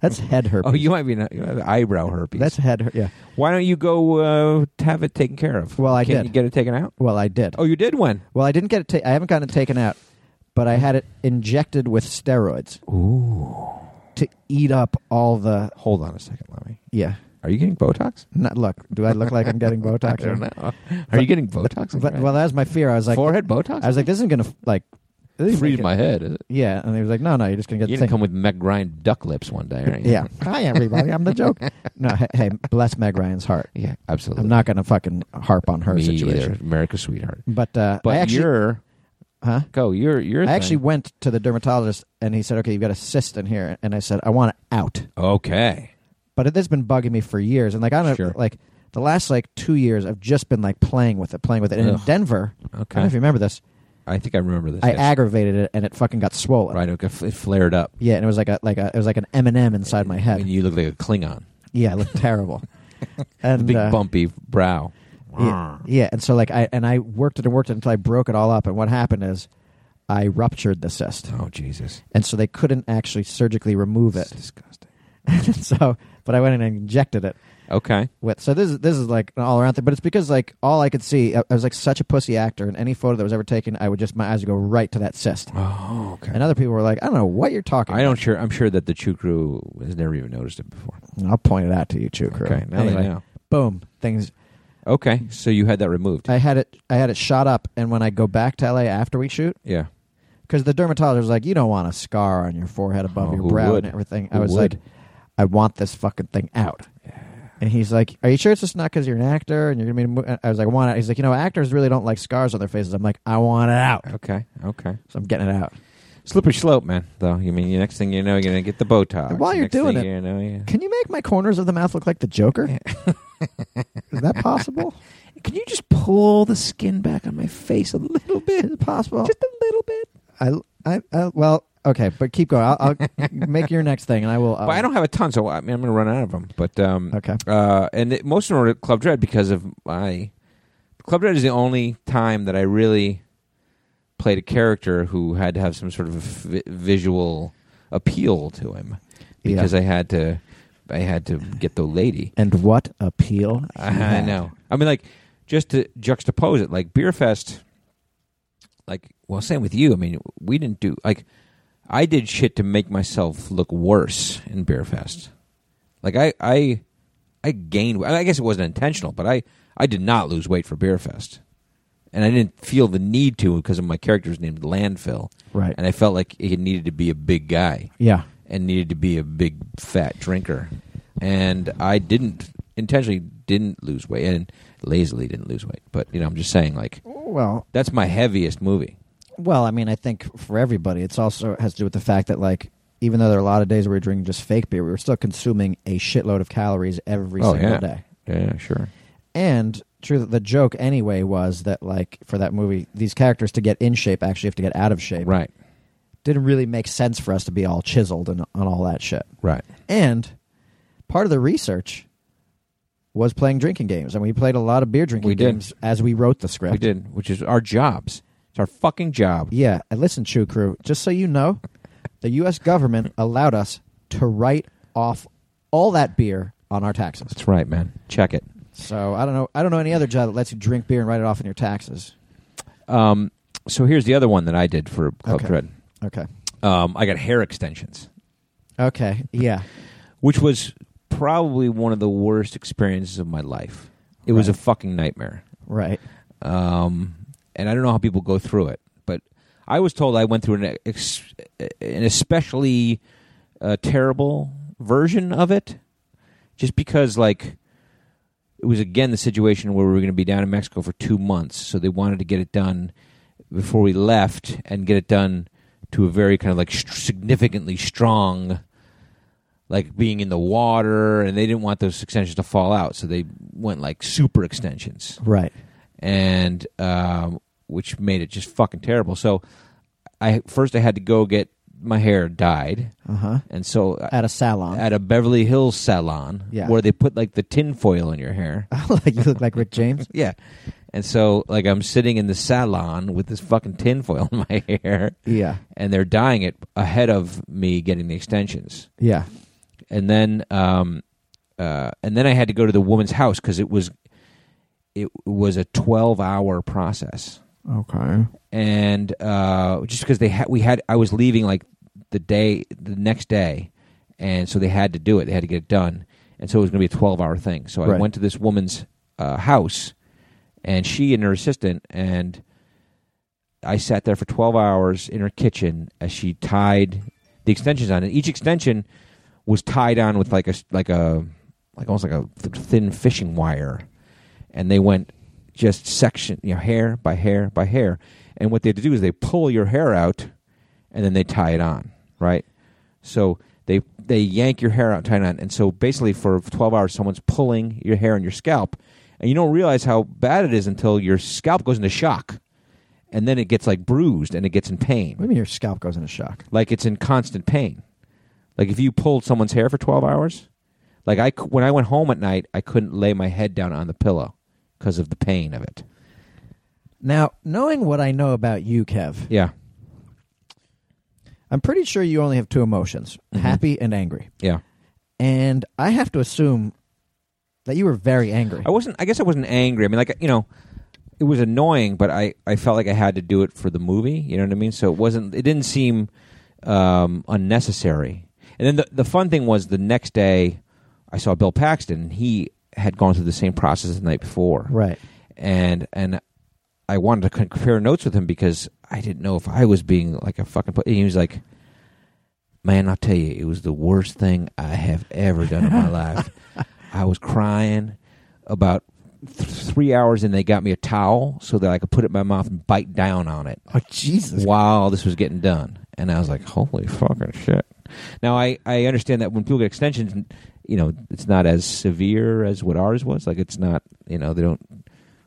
that's head herpes. Oh, you might be not, you have eyebrow herpes. That's head. Her- yeah. Why don't you go uh, have it taken care of? Well, I Can't did. you get it taken out? Well, I did. Oh, you did one. Well, I didn't get it. Ta- I haven't gotten it taken out, but I had it injected with steroids Ooh. to eat up all the. Hold on a second, Lemmy. Yeah. Are you getting Botox? Not look. Do I look like I'm getting Botox? I don't know. Are But- you getting Botox? in But- your well, that was my fear. I was like, forehead Botox? I was like, this isn't gonna like this isn't freeze gonna- my head. Is it? Yeah, and he was like, no, no, you're just gonna get You're gonna the thing. come with Meg Ryan duck lips one day, aren't you? yeah. Hi everybody. I'm the joke. No, hey, hey, bless Meg Ryan's heart. yeah, absolutely. I'm not gonna fucking harp on her Me situation. Either. America's sweetheart. But uh, But I actually, you're huh? go. You're you're. I actually went to the dermatologist and he said, okay, you've got a cyst in here, and I said, I want it out. okay. but it has been bugging me for years. And like I don't Sure. like the last like two years, I've just been like playing with it, playing with it. And in Ugh. Denver, I don't know Okay. if you remember this, I think I remember this. I yes. aggravated it and it fucking got swollen. right. Okay, f- it flared up. Yeah, and it was like a like a it was like an M and m inside my head. And you look like a Klingon. yeah, it looked terrible. and The big uh, bumpy brow. Yeah, yeah, and so like I and I worked it and worked it until I broke it all up. And what happened is, I ruptured the cyst, Oh Jesus! and so they couldn't actually surgically remove That's it. disgusting. so, but I went in and injected it. Okay. with. So this is this is like an all around thing, but it's because like all I could see, I, I was like such a pussy actor. In any photo that was ever taken, I would just my eyes would go right to that cyst. Oh, okay. And other people were like, I don't know what you're talking. I don't sure. I'm sure that the Chew crew has never even noticed it before. about." I'll point it out to you, Chew Crew. Okay. Now Anyway, they know. boom, things. Okay. So you had that removed. I had it. I had it shot up, and when I go back to LA after we shoot, yeah. because the dermatologist was like, you don't want a scar on your forehead above Oh, your who brow would? and everything. I Who was would? like, I want this fucking thing out. And he's like, "Are you sure it's just not because you're an actor and you're gonna be?" a mo-" I was like, "I want it." He's like, "You know, actors really don't like scars on their faces." I'm like, "I want it out." Okay. Okay. So I'm getting it out. Slippery slope, man. Though you mean the next thing you know, you're gonna get the Botox. And while you're Next thing doing it- you know, yeah. Can you make my corners of the mouth look like the Joker? Is that possible? Can you just pull the skin back on my face a little bit? Is it possible? Just a little bit. I, I, I, well, okay, but keep going. I'll, I'll make your next thing, and I will. uh, But I don't have a ton, so I mean, I'm going to run out of them. But um, Okay. uh, and it, most of them are at Club Dread because of my Club Dread is the only time that I really played a character who had to have some sort of vi- visual appeal to him Yeah. because I had to I had to get the lady. And what appeal? he I had. know. I mean, like, just to juxtapose it, like Beer Fest, like, well, same with you. I mean, we didn't do like, I did shit to make myself look worse in Beer Fest. Like, I, I, I gained. I, mean, I guess it wasn't intentional, but I, I did not lose weight for Beer Fest, and I didn't feel the need to because of my character's named Landfill, Right. and I felt like it needed to be a big guy Yeah. and needed to be a big fat drinker and i didn't intentionally didn't lose weight and lazily didn't lose weight but you know i'm just saying like Well, that's my heaviest movie well, I mean, I think for everybody, it's also has to do with the fact that like. Even though there are a lot of days where we we're drinking just fake beer, we were still consuming a shitload of calories every Oh, single yeah. day. yeah sure And true, the joke anyway was that like for that movie, these characters to get in shape actually have to get out of shape. right didn't really make sense for us to be all chiseled and on all that shit. right And part of the research was playing drinking games, and we played a lot of beer drinking We did. games as we wrote the script. we did which is our jobs it's our fucking job Yeah, and listen, Chew Crew, just so you know, the U.S. government allowed us to write off all that beer on our taxes. that's right man check it So I don't know. I don't know any other job that lets you drink beer and write it off in your taxes. um, so here's the other one that i did for club Okay. Dread. Okay. um, i got hair extensions Okay. Yeah. which was probably one of the worst experiences of my life it was a Right. fucking nightmare Right. um, and I don't know how people go through it, but I was told I went through an ex- an especially uh, terrible version of it, just because like it was again the situation where we were going to be down in Mexico for two months, so they wanted to get it done before we left and get it done to a very kind of like st- significantly strong. Like being in the water, and they didn't want those extensions to fall out, so they went like super extensions Right. and um, which made it just fucking terrible. So I first I had to go get my hair dyed, Uh huh. and so At a salon. at a Beverly Hills salon Yeah. where they put like the tin foil in your hair. like you look like Rick James. Yeah. And so like I'm sitting in the salon with this fucking tin foil in my hair Yeah. and they're dyeing it ahead of me getting the extensions. Yeah. And then um uh and then I had to go to the woman's house cuz it was it was a 12-hour process. Okay. And uh just because they had we had I was leaving like the day the next day and so they had to do it. They had to get it done. And so it was going to be a 12-hour thing. So I Right. went to this woman's uh, house and she and her assistant and I sat there for 12 hours in her kitchen as she tied the extensions on, and each extension was tied on with like a s- like a like almost like a th- thin fishing wire, and they went just section you know hair by hair by hair, and what they had to do is they pull your hair out, and then they tie it on right, so. They, they yank your hair out, and tie it on, and so basically for twelve hours, someone's pulling your hair on your scalp, and you don't realize how bad it is until your scalp goes into shock, and then it gets like bruised and it gets in pain What do you mean your scalp goes into shock? like it's in constant pain. Like if you pulled someone's hair for 12 hours, like I c- when I went home at night, I couldn't lay my head down on the pillow because of the pain of it. Now, knowing what I know about you, Kev, Yeah. I'm pretty sure you only have two emotions Mhm. happy and angry. Yeah. And I have to assume that you were very angry. I wasn't I guess I wasn't angry. I mean like you know, it was annoying, but I I felt like I had to do it for the movie, you know what I mean? So it wasn't it didn't seem um unnecessary. And then the the fun thing was the next day I saw Bill Paxton and he had gone through the same process the night before. Right. and and I wanted to compare notes with him because I didn't know if I was being like a fucking. pu- And he was like, "Man, I'll tell you, it was the worst thing I have ever done in my life. I was crying about th- three hours, and they got me a towel so that I could put it in my mouth and bite down on it Oh, Jesus. while this was getting done. And I was like, holy fucking shit. Now, I, I understand that when people get extensions, you know, it's not as severe as what ours was. Like, it's not, you know, they don't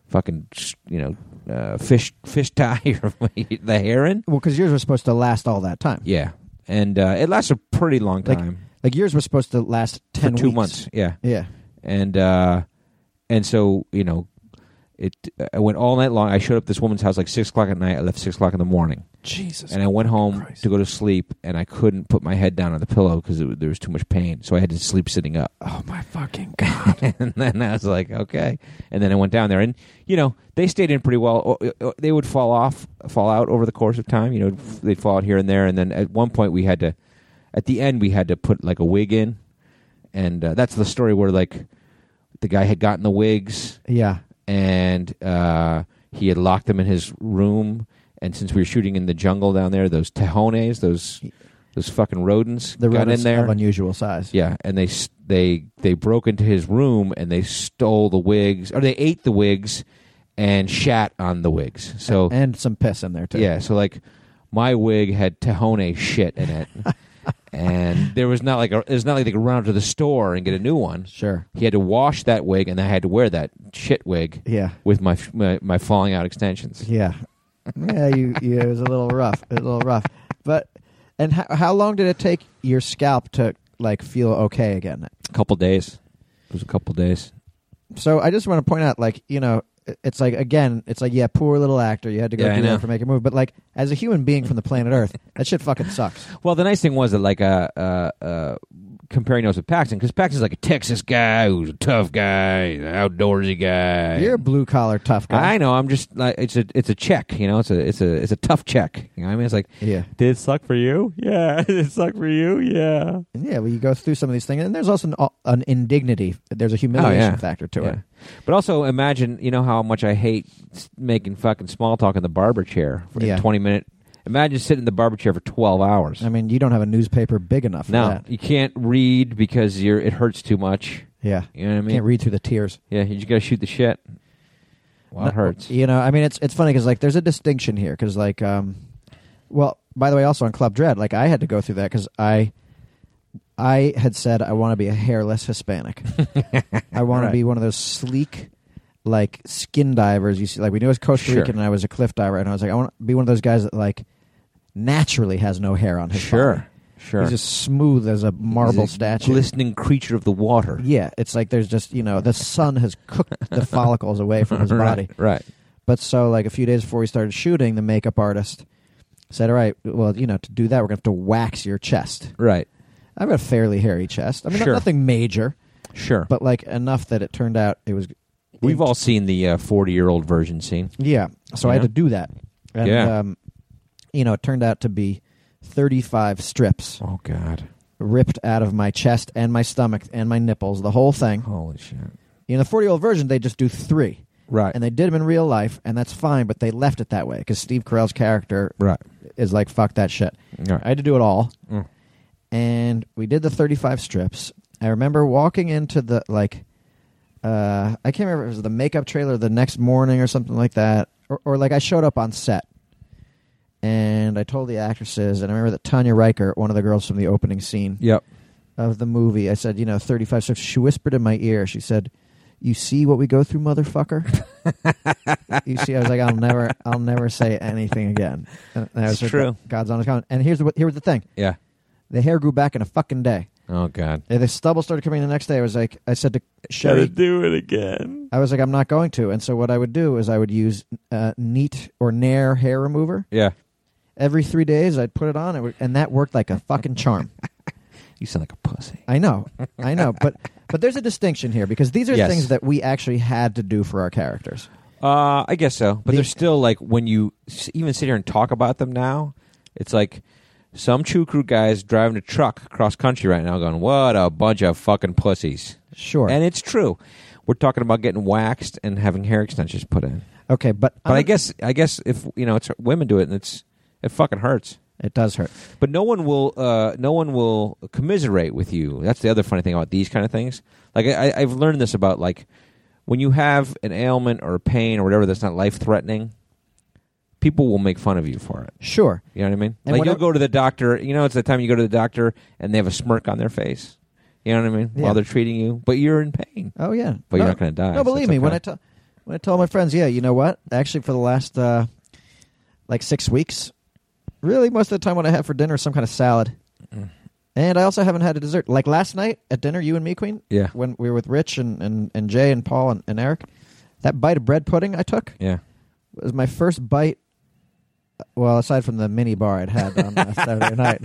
fucking, you know, uh, fish fish tie or the heron. Well, because yours were supposed to last all that time. Yeah. And uh, it lasts a pretty long Like, time. Like yours was supposed to last 10 for two weeks. months. Yeah. Yeah. and uh, and so you know, it. I went all night long. I showed up at this woman's house like six o'clock at night. I left six o'clock in the morning. Jesus. And I went home to go to sleep, and I couldn't put my head down on the pillow because there was too much pain. So I had to sleep sitting up. Oh my fucking and then I was like, okay. And then I went down there, and you know, they stayed in pretty well. O- o- They would fall off, fall out over the course of time. You know, they'd fall out here and there, and then at one point we had to, at the end we had to put like a wig in, and uh, that's the story where like the guy had gotten the wigs Yeah. and uh, he had locked them in his room. And since we were shooting in the jungle down there, those tejones, those those fucking rodents, The got in rodents there. of unusual size. Yeah, and they s- they they broke into his room and they stole the wigs, or they ate the wigs and shat on the wigs. So And some piss in there, too. yeah, so like my wig had Tahone shit in it, and there was not like a, there's not like they could run out to the store and get a new one. Sure. He had to wash that wig, and I had to wear that shit wig Yeah. with my f- my, my falling out extensions. Yeah. Yeah, you, you, it was a little rough. A little rough. But, and how, how long did it take your scalp to, like, feel okay again? A couple days. It was a couple days. So I just want to point out, like, you know, it- it's like, again, it's like, yeah, poor little actor. You had to go Yeah, I do know. that for make a move. But, like, as a human being from the planet Earth, that shit fucking sucks. Well, the nice thing was that like uh uh, uh comparing notes with Paxton because Paxton's like a Texas guy who's a tough guy, he's an outdoorsy guy. You're a blue collar tough guy. I know. I'm just like it's a it's a check, you know. It's a it's a it's a tough check. You know, what I mean, it's like yeah. did it suck for you? Yeah, did it suck for you? Yeah. Yeah, well, you go through some of these things, and there's also an, uh, an indignity. There's a humiliation Oh, yeah. factor to it. But also imagine, you know how much I hate s- making fucking small talk in the barber chair for Yeah. a 20 minute. Imagine sitting in the barber chair for 12 hours. I mean, you don't have a newspaper big enough for no, that. you can't read because you're it hurts too much. Yeah, You know what I mean? can't read through the tears. Yeah, you just gotta shoot the shit. Well, it No, hurts. You know, I mean, it's it's funny because like there's a distinction here because like, um, well, by the way, also on Club Dread, like I had to go through that because I, I had said I want to be a hairless Hispanic. I want Right. to be one of those sleek, like skin divers. You see, like we knew it was Costa Sure. Rican, and I was a cliff diver, and I was like, I want to be one of those guys that like naturally has no hair on his Sure, body. sure. He's just smooth as a marble He's a statue. glistening creature of the water. Yeah, it's like there's just you know the sun has cooked the follicles away from his body. Right, right. But so like a few days before we started shooting, the makeup artist said, "All right, well you know to do that we're gonna have to wax your chest." right. I've got a fairly hairy chest. I mean, not- Sure. nothing major, Sure. but like enough that it turned out it was. We've all seen the uh, forty-year-old version scene. Yeah, so I Yeah. had to do that, and Yeah. um, you know it turned out to be thirty-five strips Oh God! ripped out of my chest and my stomach and my nipples, the whole thing. Holy shit! In the forty-year-old version, they just do three. Right. and they did him in real life, and that's fine. But they left it that way because Steve Carell's character right. is like, "Fuck that shit." Right. I had to do it all, Mm. and we did the thirty-five strips. I remember walking into the like, uh, I can't remember if it was the makeup trailer the next morning or something like that, or, or like I showed up on set, and I told the actresses, and I remember that Tanya Riker, one of the girls from the opening scene, Yep. of the movie. I said, you know, 35 strips. She whispered in my ear, she said, you see what we go through, motherfucker? you see, I was like, I'll never, I'll never say anything again. And that It's was her true. go- God's honest comment. And here's what, here was the thing. Yeah. The hair grew back in a fucking day. Oh God. And The stubble started coming in the next day. I was like, I said to Sherry, do it again. I was like, I'm not going to. And so what I would do is I would use uh, Neat or Nair hair remover. Yeah. Every three days, I'd put it on, it would, and that worked like a fucking charm. You sound like a pussy. I know, I know, but but there's a distinction here because these are Yes. things that we actually had to do for our characters. Uh, I guess so. But The- they're still like when you s- even sit here and talk about them now, it's like some Chew Crew guys driving a truck across country right now, going, "What a bunch of fucking pussies." Sure. And it's true. We're talking about getting waxed and having hair extensions put in. okay, but But I'm- I guess I guess if you know, it's women do it, and it's it fucking hurts. it does hurt. But no one will, uh, no one will commiserate with you. That's the other funny thing about these kind of things. Like I, I've learned this about like when you have an ailment or a pain or whatever that's not life threatening, people will make fun of you for it. Sure. You know what I mean? And like what you'll I- go to the doctor. You know, it's the time you go to the doctor and they have a smirk on their face. You know what I mean? Yeah. While they're treating you, but you're in pain. Oh yeah. But no, you're not going to die. No, so believe it's me when okay. I tell when I tell my friends, yeah, you know what? Actually, for the last uh, like six weeks, really most of the time, what I have for dinner is some kind of salad, Mm. and I also haven't had a dessert. Like last night at dinner, you and me, Queen, yeah, when we were with Rich and and, and Jay and Paul and, and Eric, that bite of bread pudding I took. yeah. It was my first bite. uh, Well, aside from the mini bar I'd had on uh, Saturday night,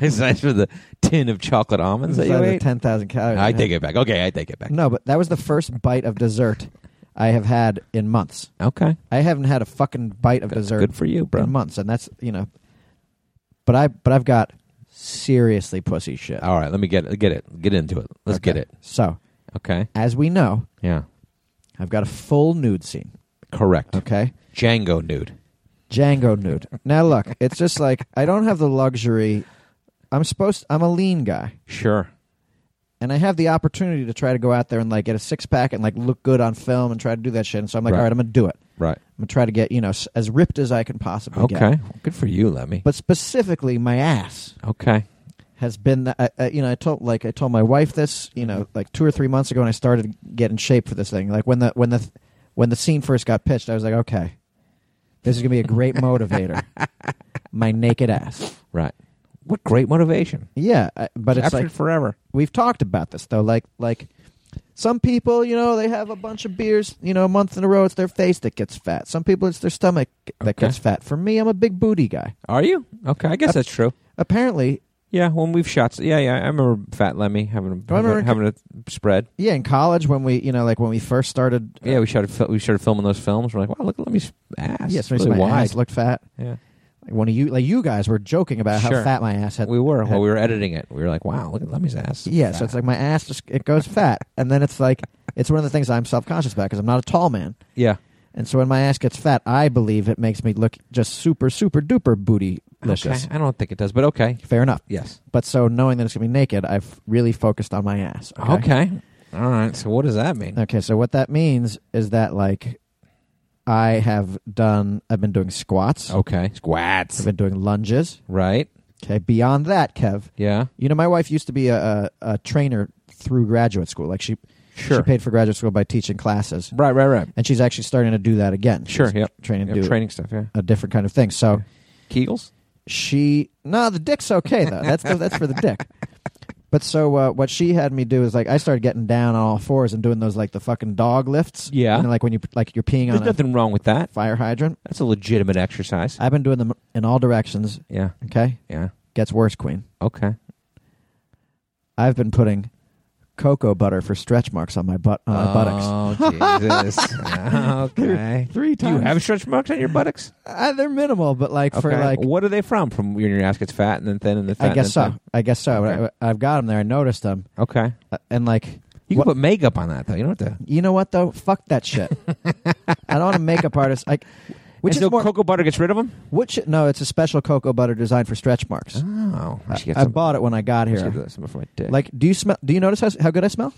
It's nice for the tin of chocolate almonds that you Aside the Mm. ate. ten thousand calories. I had. take it back. Okay, I take it back. No, but that was the first bite of dessert I have had in months. Okay, I haven't had a fucking bite of good, dessert good for you, bro. in months, and that's you know. But I but I've got seriously pussy shit. All right, let me get get it. Get into it. Let's Okay. get it. So Okay. as we know, Yeah. I've got a full nude scene. Correct. Okay. Django nude. Django nude. Now look, it's just like I don't have the luxury. I'm supposed. I'm a lean guy. Sure. and I have the opportunity to try to go out there and like get a six pack and like look good on film and try to do that shit. And so I'm like, Right. all right, I'm gonna do it. Right. I'm gonna try to get you know s- as ripped as I can possibly Okay. get. Well, good for you, Lemmy. But specifically, my ass Okay. has been the, I, I, you know I told like I told my wife this you know like two or three months ago when I started getting in shape for this thing. Like when the when the when the scene first got pitched, I was like, okay, this is gonna be a great motivator. my naked ass. Right. What great motivation. Yeah, I, but it's After like it forever. we've talked about this though like like some people you know they have a bunch of beers you know a month in a row it's their face that gets fat some people it's their stomach that Okay. gets fat for me i'm a big booty guy Are you? Okay. I Uh, guess that's true. apparently Yeah. When we've shot. Yeah. Yeah. I remember Fat Lemmy having a, Oh, I remember- having a spread. yeah in college when we you know like when we first started uh, Yeah. We started. fil- We started filming those films. We're like, wow, look at Lemmy's ass. It's yes really my wide. ass looked fat yeah. like one of you like you guys were joking about Sure. how fat my ass had we were had- while we were editing it. We were like, wow, look at Lemmy's ass. yeah so it's like my ass just it goes fat and then it's like it's one of the things i'm self-conscious about because i'm not a tall man yeah. and so when my ass gets fat i believe it makes me look just super super duper booty Okay. licious I don't think it does, but okay. Fair enough. Yes. But so knowing that it's gonna be naked, I've really focused on my ass. Okay. Okay. All right. So what does that mean? Okay, So what that means is that like, I have done. I've been doing squats. Okay. I've Squats. been doing lunges. Right. Okay. Beyond that, Kev, Yeah. you know my wife used to be a, a, a trainer through graduate school. Like she she Sure. paid for graduate school by teaching classes, Right. Right. Right. and she's actually starting to do that again. Sure. She's Yep. Training to Yep, do Training stuff. Yeah. a different kind of thing. So Kegels. she no, the dick's okay though. That's the, that's for the dick. But so uh, what she had me do is like I started getting down on all fours and doing those like the fucking dog lifts. Yeah. you know, like when you like you're peeing There's on a nothing wrong with that. fire hydrant. That's a legitimate exercise. I've been doing them in all directions. Yeah, Okay, yeah. gets worse, Queen. Okay. I've been putting cocoa butter for stretch marks on my butt on my Uh, buttocks. Oh, Jesus. okay. Three Do times. you have stretch marks on your buttocks? Uh, they're minimal, but like for Okay. like what are they from? From when your ass gets fat and then thin and then fat. I guess so. and then I guess so. Okay. I, have got them there. I noticed them, thin? Okay. Uh, and like You What- can put makeup on that though. You don't have to. you know what though? Fuck that shit. I don't want a makeup artist. Like, which And is so more? cocoa butter gets rid of them. which no, it's a special cocoa butter designed for stretch marks. Oh, I should I, get I some- bought it when I got I should here. get some for my dick. Like, do you smell? Do you notice how, how good I smell?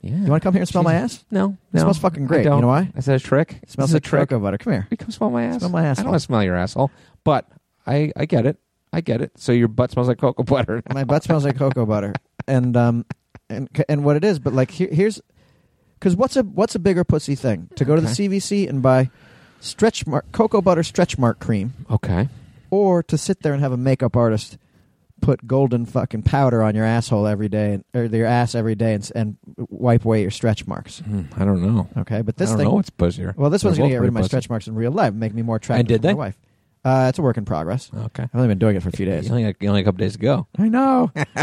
yeah. You want to come here and smell my ass? No, no. smells fucking great. I You don't. know why? Is that a trick? It smells Is it like a trick. cocoa butter. Come here. You come smell my ass. Smell my I don't asshole. want to smell your asshole, but I I get it. I get it. So your butt smells like cocoa butter. my butt smells like cocoa butter and um and and what it is but like here, here's because what's a what's a bigger pussy thing to go to the Okay. cvc and buy stretch mark cocoa butter stretch mark cream Okay. or to sit there and have a makeup artist put golden fucking powder on your asshole every day or your ass every day and, s- and wipe away your stretch marks Hmm, I don't know. okay but this I don't thing Oh, know what's busier. well this They're one's gonna both get rid of my pretty stretch marks in real life make me more attractive And did to they? my wife uh, it's a work in progress bussy. Okay. i've only been doing it for a few days You only, got- you only got a couple days to go. I know.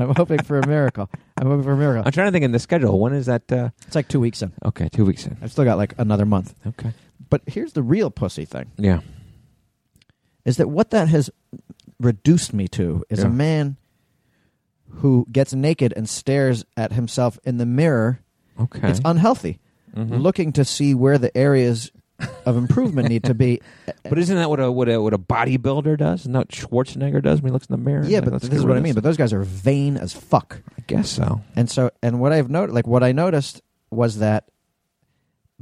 I'm hoping for a miracle. I'm hoping for a miracle. I'm trying to think in the schedule. When is that? Uh, It's like two weeks in. okay, two weeks in. I've still got like another month. Okay. But here's the real pussy thing Yeah. is that what that has reduced me to is Yeah. a man who gets naked and stares at himself in the mirror. Okay. It's unhealthy, Mhm. looking to see where the areas of improvement need to be. But isn't that what a what a what a bodybuilder does? Isn't that what Schwarzenegger does when he looks in the mirror? Yeah, Like, but let's this get is rid what I of mean. But those guys are vain as fuck. I guess so. And so, and what I've noted, like what I noticed was that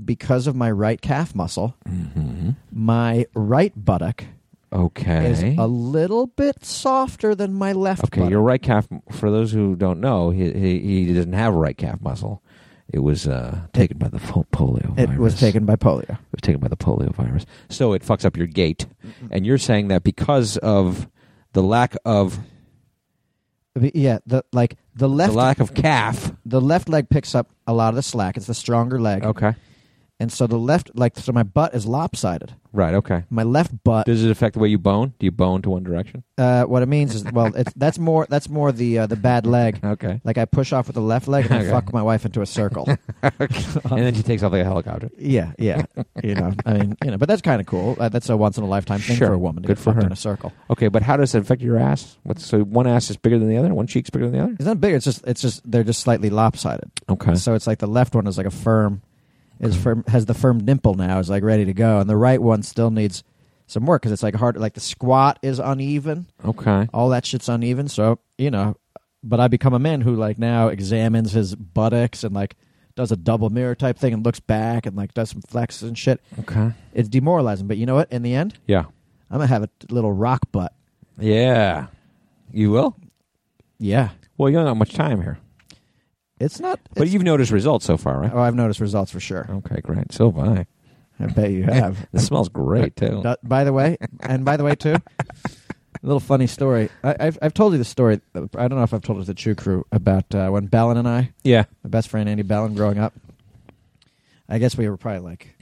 because of my right calf muscle, Mm-hmm. my right buttock Okay. is a little bit softer than my left Okay, buttock. your right calf. For those who don't know, he he, he doesn't have a right calf muscle. It was uh, taken by the fo- polio. it virus. was taken by polio. It was taken by the polio virus. So it fucks up your gait. And you're saying that because of the lack of The- Yeah, the like the left the lack of calf. the left leg picks up a lot of the slack. It's the stronger leg, Okay. and so the left like so my butt is lopsided. Right. Okay. My left butt. Does it affect the way you bone? Do you bone to one direction? Uh, what it means is well, it's, that's more that's more the uh, the bad leg. Okay. Like I push off with the left leg and I Okay. fuck my wife into a circle. and then she takes off like a helicopter. Yeah, yeah. you know, I mean, you know, but that's kind of cool. Uh, that's a once in a lifetime thing Sure. for a woman to Good get for fucked her. in a circle. Okay, but how does it affect your ass? What's, so one ass is bigger than the other. One cheek's bigger than the other. It's not big. It's just it's just they're just slightly lopsided. Okay. So it's like the left one is like a firm, is firm has the firm dimple now is like ready to go, and the right one still needs some work because it's like hard. Like the squat is uneven. Okay. All that shit's uneven. So you know, but I become a man who like now examines his buttocks and like does a double mirror type thing and looks back and like does some flexes and shit. Okay. It's demoralizing, but you know what? In the end, Yeah. I'm gonna have a little rock butt. Yeah. You will. Yeah, Well, you don't have much time here, it's not. but Oh. it's- you've noticed results so far, right? oh, I've noticed results for sure. Okay, great. So have I. I bet you have. This smells great too. Do- by the way, and by the way too, a Oh. little funny story. I, I've I've told you the story. I don't know if I've told it to the Chew Crew about uh, when Ballin and I, Yeah. my best friend Andy Ballin, growing up. I guess we were probably like,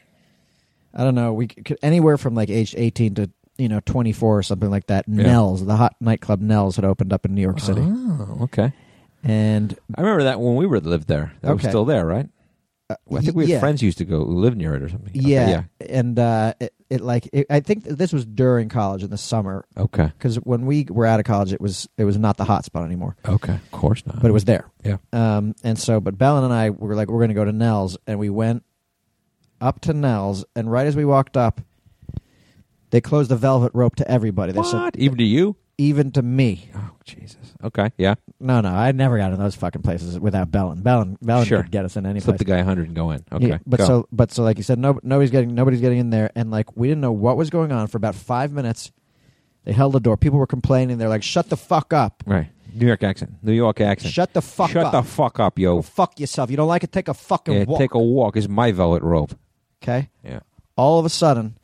I don't know, we could anywhere from like age eighteen to you know twenty four or something like that. Yeah. Nels, the hot nightclub Nels, had opened up in New York City, Oh, okay. and I remember that when we were lived there. That was Okay. still there, right? uh, I think we had yeah. friends who used to go who lived near it or something. Okay, Yeah, and uh, it, it like it, I think that this was during college in the summer yeah. Okay. because when we were out of college, it was it was not the hot spot anymore, Okay. Of course not. but it was there. Yeah. Um, and so, but Bellen and I were like, we're going to go to Nell's, and we went up to Nell's, and right as we walked up, they closed the velvet rope to everybody. They what? said Even to you? even to me. Oh, Jesus. Okay. Yeah. No, no, I never got in those fucking places without Bellen. Bellen, Bellen Sure. could get us in any Slip place. the guy 100 and go in. Okay. Yeah, but go. so but so like you said, no, nobody's getting nobody's getting in there, and like we didn't know what was going on for about five minutes. They held the door. People were complaining. They're like, "Shut the fuck up! Right. New York accent. New York accent. Shut the fuck Shut up! the fuck up, yo. fuck yourself! You don't like it? Take a fucking Yeah, walk." Take a walk. It's my velvet rope. okay. Yeah. All of a sudden,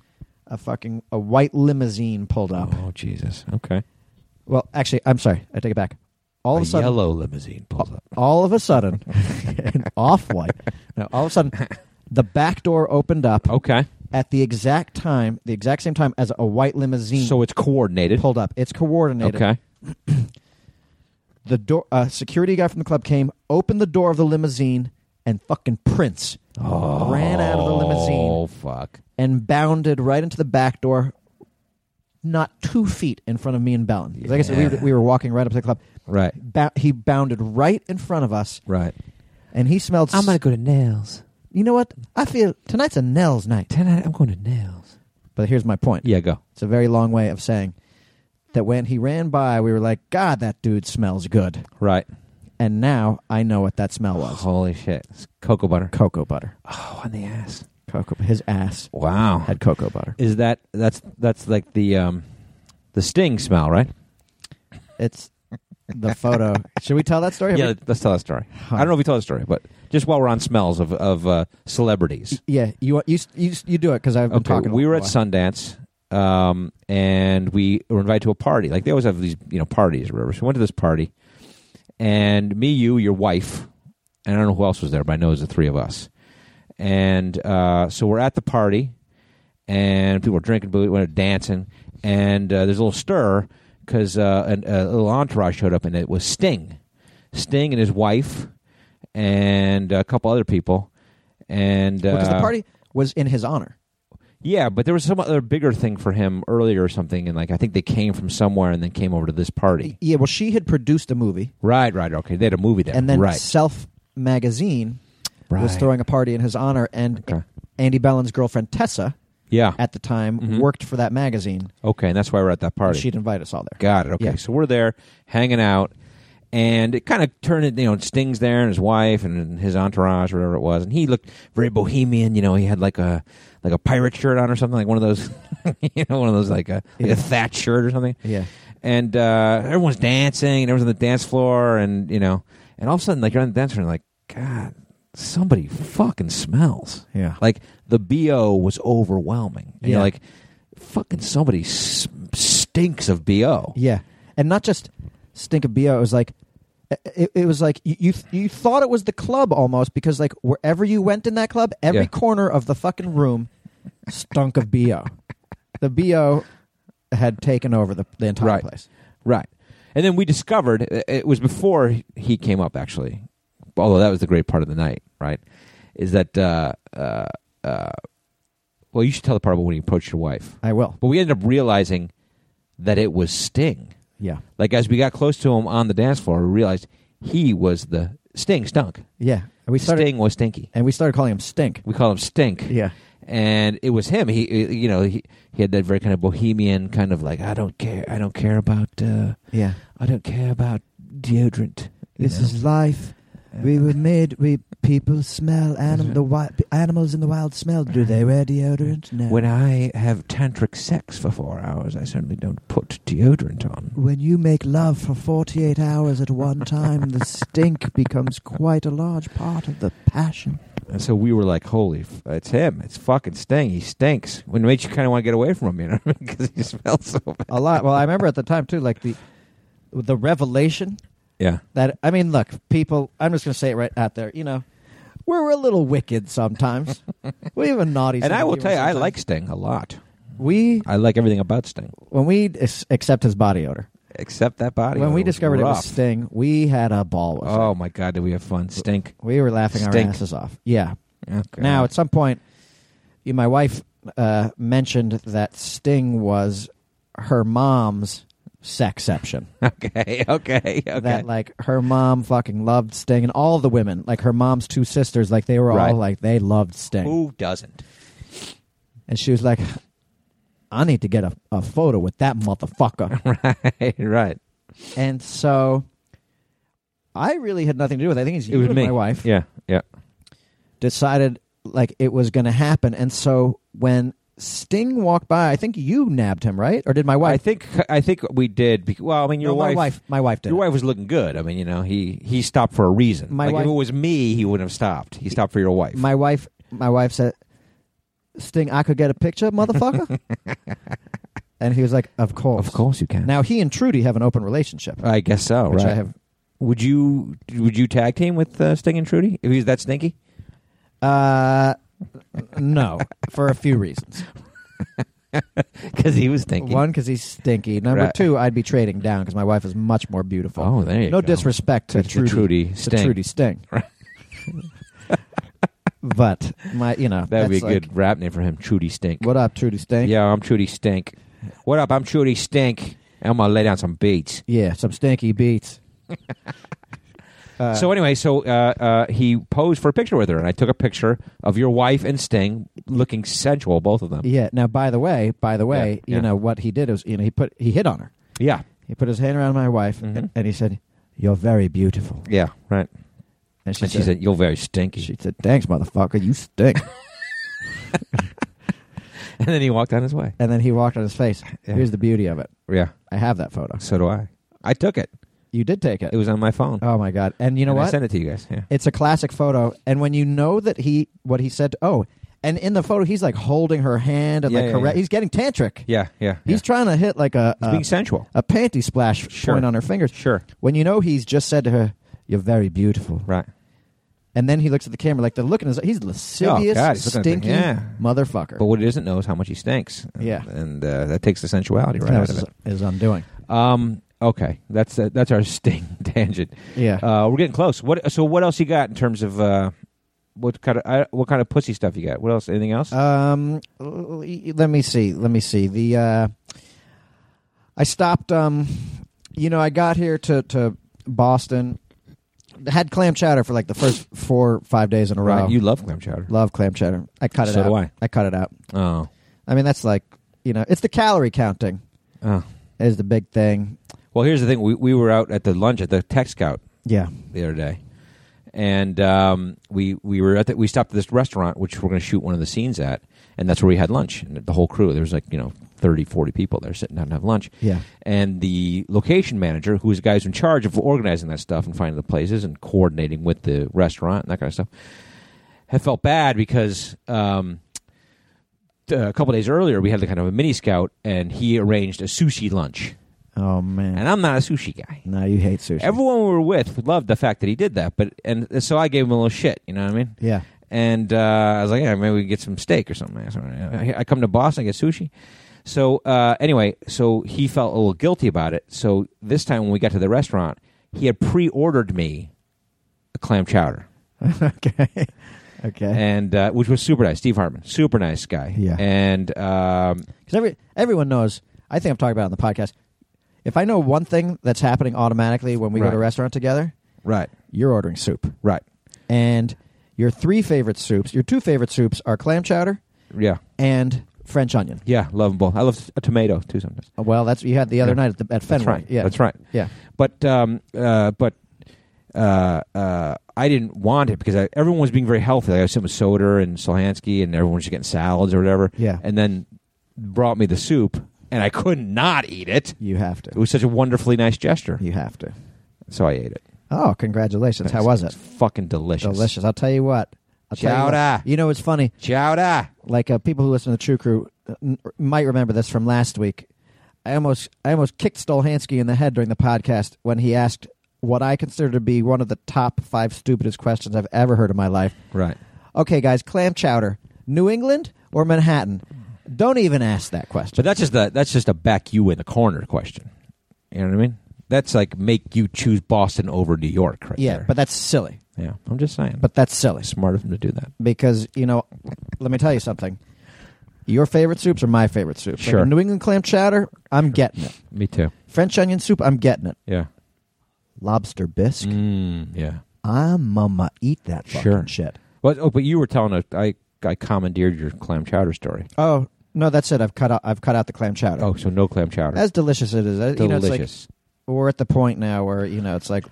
a fucking a white limousine pulled up. Oh Jesus. Okay. Well, actually, I'm sorry. I take it back. All of a a sudden, yellow limousine pulls up. all of a sudden, off white. No, all of a sudden, the back door opened up Okay. at the exact time, the exact same time as a white limousine So it's coordinated. pulled up. It's coordinated. Okay. The door, uh, security guy from the club came, opened the door of the limousine, and fucking Prince ran out of the limousine Oh fuck. and bounded right into the back door, not two feet in front of me and Bellin. 'Cause Like I said, we, Yeah. we were walking right up to the club. Right. Bou- he bounded right in front of us, Right. and he smelled. s- go to nails. you know what? I feel tonight's a Nell's night. Tonight I'm going to nails. But here's my point. Yeah. Go. It's a very long way of saying that when he ran by, we were like, God, that dude smells good. Right. And now I know what that smell was. Holy shit. It's cocoa butter. Cocoa butter. Oh, on the ass. Cocoa. His ass Wow. had cocoa butter. Is that that's that's like the um the sting smell, right? It's the photo. Should we tell that story? Have Yeah, we- let- let's tell that story. I don't know if we tell that story, but just while we're on smells of of uh, celebrities. yeah. You want- you s- you, s- you do it because I've been okay, talking. we a were at lot. Sundance, um, and we were invited to a party. Like they always have these, you know, parties or whatever. So we went to this party, and me, you, your wife, and I don't know who else was there, but I know it was the three of us. And uh, so we're at the party, and people are drinking, booze, we're dancing, and uh, there's a little stir because uh, an- a little entourage showed up, and it was Sting, Sting and his wife, and a couple other people. And because the uh, party was in his honor. yeah, but there was some other bigger thing for him earlier or something, and like I think they came from somewhere and then came over to this party. Yeah. Well, she had produced a movie, Right, right, okay. They had a movie there, and then right, Self Magazine was Right. throwing a party in his honor, and Okay. Andy Bellin's girlfriend Tessa yeah, at the time Mhm. worked for that magazine. okay, and that's why we're at that and party. She'd invite us all there. Got it. Okay, Yeah. so we're there hanging out, and it kind of turned it. You know, Sting's there and his wife and his entourage, whatever it was, and he looked very bohemian. You know, he had like a like a pirate shirt on or something, like one of those, you know, one of those like a like Yeah. a thatch shirt or something. Yeah. and uh, everyone's dancing and everyone's on the dance floor and you know and all of a sudden like you're on the dance floor and like god somebody fucking smells Yeah. like the bo was overwhelming and Yeah. you're like fucking somebody s- stinks of bo Yeah, and not just stink of bo. It was like it, it was like you, you you thought it was the club almost because like wherever you went in that club, every Yeah. corner of the fucking room stunk of bo. The bo had taken over the, the entire Right. place. right and then we discovered i- it was before he came up actually although that was the great part of the night right is that uh uh uh well you should tell the part about when you approached your wife I will. but we ended up realizing that it was sting Yeah, Like as we got close to him on the dance floor, we realized he was the stink stunk. yeah. And we started Sting was stinky. and we started calling him stink. We call him stink. Yeah, And it was him. He, he- you know, he, he had that very kind of bohemian kind of like, I don't care. I don't care about. Uh, yeah. I don't care about deodorant. Uh, you know? life. We were made. We people smell. Anim- the wild, animals in the wild smell. Do they wear deodorant? No. when I have tantric sex for four hours, I certainly don't put deodorant on. When you make love for 48 hours at one time, the stink becomes quite a large part of the passion. And so we were like, "Holy, f- it's him! It's fucking Sting! He stinks!" When it makes you kind of want to get away from him, you know, because he smells so bad. A lot. Well, I remember at the time, too, like the the revelation Yeah, that, I mean, look, people, I'm just going to say it right out there, you know, we're a little wicked sometimes. we have a naughty and sense I of will humor tell you, I sometimes. like Sting a lot. We, I like everything about Sting when we dis- accept his body odor, except that body. when odor we discovered it rough. was Sting, we had a ball with Oh it. my god, did we have fun? Stink. We were laughing Stink. our asses off. Yeah. Okay. Now, at some point, you- my wife uh, mentioned that Sting was her mom's sexception. okay, okay, okay. That like her mom fucking loved Sting, and all the women, like her mom's two sisters, like they were Right. all like they loved Sting, Who doesn't? and she was like, "I need to get a, a photo with that motherfucker." right, right. and so, I really had nothing to do with. it. I think it's it you was and me. my wife Yeah, yeah. decided like it was going to happen, and so when. Sting walked by. I think you nabbed him, right? Or did my wife? I think I think we did. Bec- well, I mean, your No, wife. my wife, my wife did. Your it. wife was looking good. I mean, you know, he he stopped for a reason. My like if wife- it was me, he wouldn't have stopped. He stopped for your wife. My wife, my wife said, Sting, I could get a picture, motherfucker? and he was like, Of course. Of course you can. Now he and Trudy have an open relationship. I guess so. which right. I have Would you would you tag team with uh, Sting and Trudy if he's that stinky? uh no, for a few reasons. Because he was stinky. One, because he's stinky. Number Right. two, I'd be trading down because my wife is much more beautiful. Oh, there you no go. disrespect to To Trudy, Trudy to Sting. Trudy Sting. Right. but my, you know, That would be a that's like, good rap name for him. Trudy Stink. What up, Trudy Sting? Yeah, I'm Trudy Stink. What up? I'm Trudy Stink. I'm gonna lay down some beats. yeah, some stinky beats. Uh, so anyway, so uh, uh, he posed for a picture with her, and I took a picture of your wife and Sting looking sensual, both of them. yeah. Now, by the way, by the way, Yeah, yeah. you know what he did was, you know, he put he hit on her. Yeah, He put his hand around my wife Mhm. and he said, "You're very beautiful." yeah, right. And she And she said, said, "You're very stinky." "She said, thanks, motherfucker, you stink." and then he walked on his way. and then he walked on his face. Yeah. Here's the beauty of it. Yeah, I have that photo. so do I. I took it. You did take it. It was on my phone. oh my god! And you know And I what? sent it to you guys. Yeah. it's a classic photo. And when you know that he what he said, oh, and in the photo he's like holding her hand and Yeah, like yeah, correct. yeah. He's getting tantric. Yeah, yeah. He's uh, trying to hit like a yeah. He's a, being sensual. a panty splash Sure. point on her fingers. Sure. When you know he's just said to her, "You're very beautiful," Right. Oh, and then he looks at the camera like the look in his he's lascivious, God, he's looking at the- stinky yeah. motherfucker. But what he doesn't know is how much he stinks. And- Yeah. And uh, that takes the sensuality right That out was of his, it. his undoing. Um, okay. That's uh, that's our sting tangent. Yeah. Uh, we're getting close. What? So what else you got in terms of uh, what kind of I, what kind of pussy stuff you got? What else? Anything else? Um, l- l- let me see. Let me see. The uh, I stopped. Um, you know, I got here to to Boston. Had clam chowder for like the first four five days in a row. right. You love clam chowder. love clam chowder. I cut it so out. do I. cut it out. Oh. I mean, that's like you know, it's the calorie counting Oh. is the big thing. Well, here's the thing. We we were out at the lunch at the Tech Scout Yeah, the other day, and um, we we were at the, we stopped at this restaurant which we're going to shoot one of the scenes at, and that's where we had lunch. And the whole crew there was like you know 30, 40 people there sitting down to have lunch. yeah, and the location manager, who was the guy who's in charge of organizing that stuff and finding the places and coordinating with the restaurant and that kind of stuff, had felt bad because um, a couple days earlier we had the kind of a mini scout and he arranged a sushi lunch, Oh man, and I'm not a sushi guy. no, you hate sushi. Everyone we were with loved the fact that he did that, but and so I gave him a little shit. You know what I mean? yeah, and uh, I was like, yeah, maybe we can get some steak or something. I said, I I come to Boston, I get sushi. So uh, anyway, so he felt a little guilty about it. So this time when we got to the restaurant, he had pre-ordered me a clam chowder, okay, okay. and uh, which was super nice. Steve Hartman, super nice guy. Eh. Yeah. and um, Because every everyone knows. I think I'm talking about it on the podcast. If I know one thing that's happening automatically when we go to a Right. restaurant together, right, you're ordering soup, right, and your three favorite soups, your two favorite soups are clam chowder yeah, and French onion. yeah, love them both. I love a tomato too sometimes. Uh, Well, that's you had the other Yeah. night at, the, at Fenway. That's right. Yeah, That's right. Yeah. But um, uh, but uh, uh, I didn't want it because I, everyone was being very healthy. Like I was sitting with Soder and Solhansky, and everyone was just getting salads or whatever. Yeah. And then brought me the soup, and I could not eat it. You have to. It was such a wonderfully nice gesture, You have to. so I ate it. Oh, congratulations! How was it? It's fucking delicious. Delicious. I'll tell you what. I'll tell you, Chowder. what. you know, it's funny. Chowder. like uh, people who listen to the True Crew uh, n- might remember this from last week. I almost I almost kicked Stolhansky in the head during the podcast when he asked what I consider to be one of the top five stupidest questions I've ever heard in my life. Right. Okay, guys, clam chowder, New England or Manhattan? Don't even ask that question. But that's just the that's just a back you in the corner question. You know what I mean? That's like make you choose Boston over New York, right yeah, there. but that's silly. yeah, I'm just saying. But that's silly smart of him to do that. because you know, let me tell you something. Your favorite soups are my favorite soups. Like Sure. a New England clam chowder, I'm getting it. Me too. French onion soup, I'm getting it. Yeah. Lobster bisque, Mm, yeah. I'm mama eat that fucking Sure. shit. But oh, but you were telling us I I commandeered your clam chowder story. Oh no, that's it. I've cut out. I've cut out the clam chowder. Oh, so no clam chowder. as delicious it is. I- You know, it's like, delicious. we're at the point now where you know it's like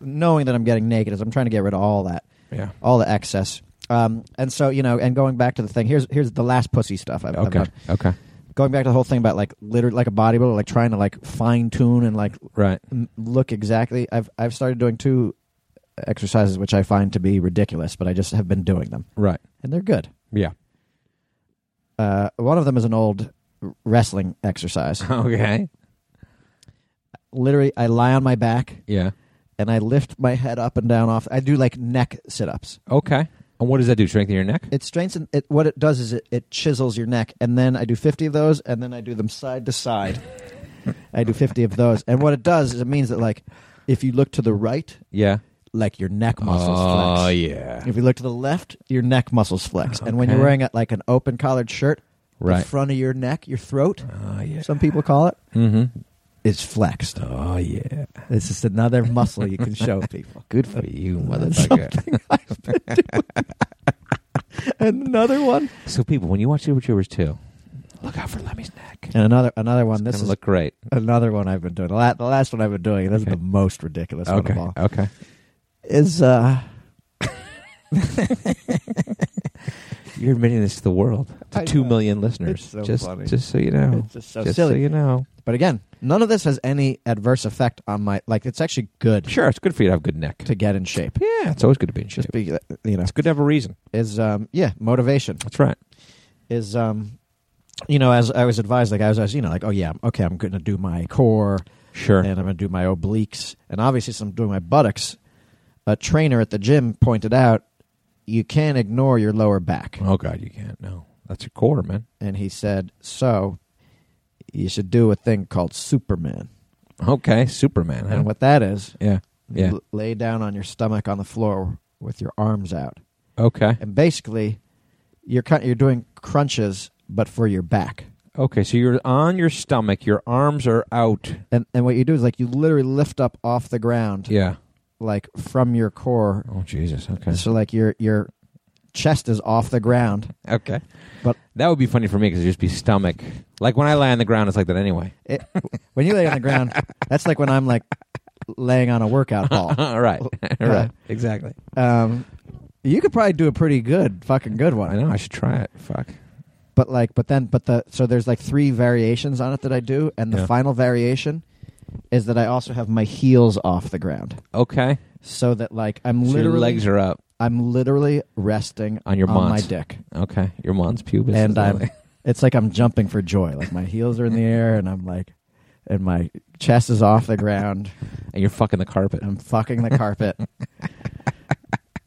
knowing that I'm getting naked is I'm trying to get rid of all that, yeah. all the excess. Um, and so you know, and going back to the thing, here's here's the last pussy stuff. I've, I've Okay. done. Okay. Going back to the whole thing about like literally like a bodybuilder, like trying to like fine tune and like Right. m- look exactly. I've I've started doing two exercises which I find to be ridiculous, but I just have been doing them Right. and they're good. Yeah. Uh, one of them is an old wrestling exercise. Okay. Literally, I lie on my back Yeah. and I lift my head up and down off. I do like neck sit ups. Okay. And what does that do? Strengthen your neck? It strengthens it. What it does is it, it chisels your neck, and then I do fifty of those, and then I do them side to side. I do fifty of those, and what it does is it means that like if you look to the right, Yeah. like your neck muscles flex. Oh yeah. If you look to the left, your neck muscles flex, and when you're Okay. wearing a, like an open collared shirt, the Right. front of your neck, your throat, Oh yeah. some people call it, Mm-hmm. is flexed. Oh yeah. It's just another muscle you can show people. Good for you, That's motherfucker. and another one, so people, when you watch Supertroopers two, look out for Lemmy's neck. and another another one. This Gonna is look great. another one I've been doing. The la- the last one I've been doing. This is Okay. the most ridiculous one of all. Okay. Is uh, You're admitting this to the world, I to two know. million listeners. It's so just, funny. just so you know. it's just so just silly. so you know. But again, none of this has any adverse effect on my like. It's actually good Sure, it's good for you to have good neck. to get in shape. Yeah, it's always good to be in shape. Just be you know It's good to have a reason. is um yeah motivation. That's right. is um you know as i was advised like i was, I was you know like oh yeah okay i'm gonna do my core Sure. and i'm gonna do my obliques and obviously since i'm doing my buttocks a trainer at the gym pointed out you can't ignore your lower back oh God, you can't. No, that's your core, man. and he said so you should do a thing called superman Okay, Superman. huh? and what that is Uh-huh. Yeah. Yeah. l- lay down on your stomach on the floor with your arms out Okay. and basically you're cut- you're doing crunches but for your back Okay. So you're on your stomach. Your arms are out. and and what you do is like you literally lift up off the ground Yeah. like from your core. Oh Jesus. Okay. So like your your chest is off the ground. Okay. But- that would be funny for me because it'd just be stomach. Like when I lie on the ground, it's like that anyway. It, when you lay on the ground, that's like when I'm like laying on a workout ball. All right. All right. Exactly. Um, you could probably do a pretty good fucking good I one. know. I should try it. Fuck. But like but then but the so there's like three variations on it that I do and the Yeah. final variation is that I also have my heels off the ground Okay. so that like I'm So literally your legs are up I'm literally resting on your on my mons. dick. Okay. Your mons pubis. and is I'm, only- it's like I'm jumping for joy. Like my heels are in the air, and I'm like, and my chest is off the ground. and you're fucking the carpet. I'm fucking the carpet,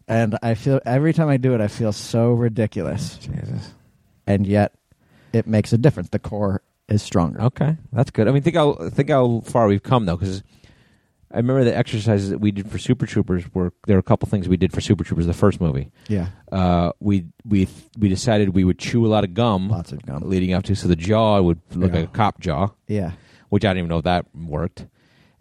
and I feel every time I do it, I feel so ridiculous, Jesus. and yet it makes a difference. The core is stronger. Okay, that's good. I mean, think how think how far we've come though, because I remember the exercises that we did for Super Troopers were there were a couple things we did for Super Troopers, the first movie. Yeah, Uh, we we we decided we would chew a lot of gum lots of gum. leading up to, so the jaw would look Yeah. like a cop jaw, Yeah, which I didn't even know if that worked.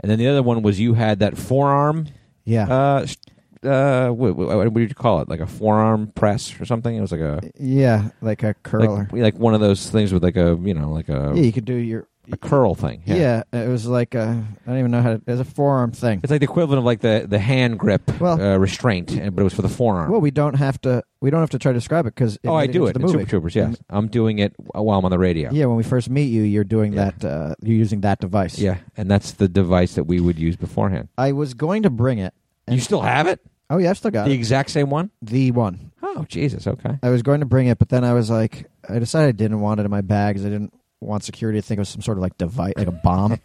And then the other one was you had that forearm. yeah, Uh, sh- uh, what, what, what did you call it? Like a forearm press or something? It was like a yeah, like a curler. like, like one of those things with like a you know like a yeah, you could do your. a curl thing. Yeah. it was like a. I don't even know how to. It was a forearm thing. It's like the equivalent of like the, the hand grip Well- uh, restraint, and- but it was for the forearm. Well, we don't have to. We don't have to try to describe it because oh, I do it. The in movie. Super Troopers, yes. I'm doing it while I'm on the radio. Yeah, when we first meet you, you're doing Yeah. that. Uh, you're using that device. Yeah, and that's the device that we would use beforehand. I was going to bring it. And- You still have it? Oh yeah, I've still got The it. exact same one? the one. Oh, Jesus, okay. I was going to bring it, but then I was like, I decided I didn't want it in my bags. I didn't want security to think it was some sort of like device, like a bomb,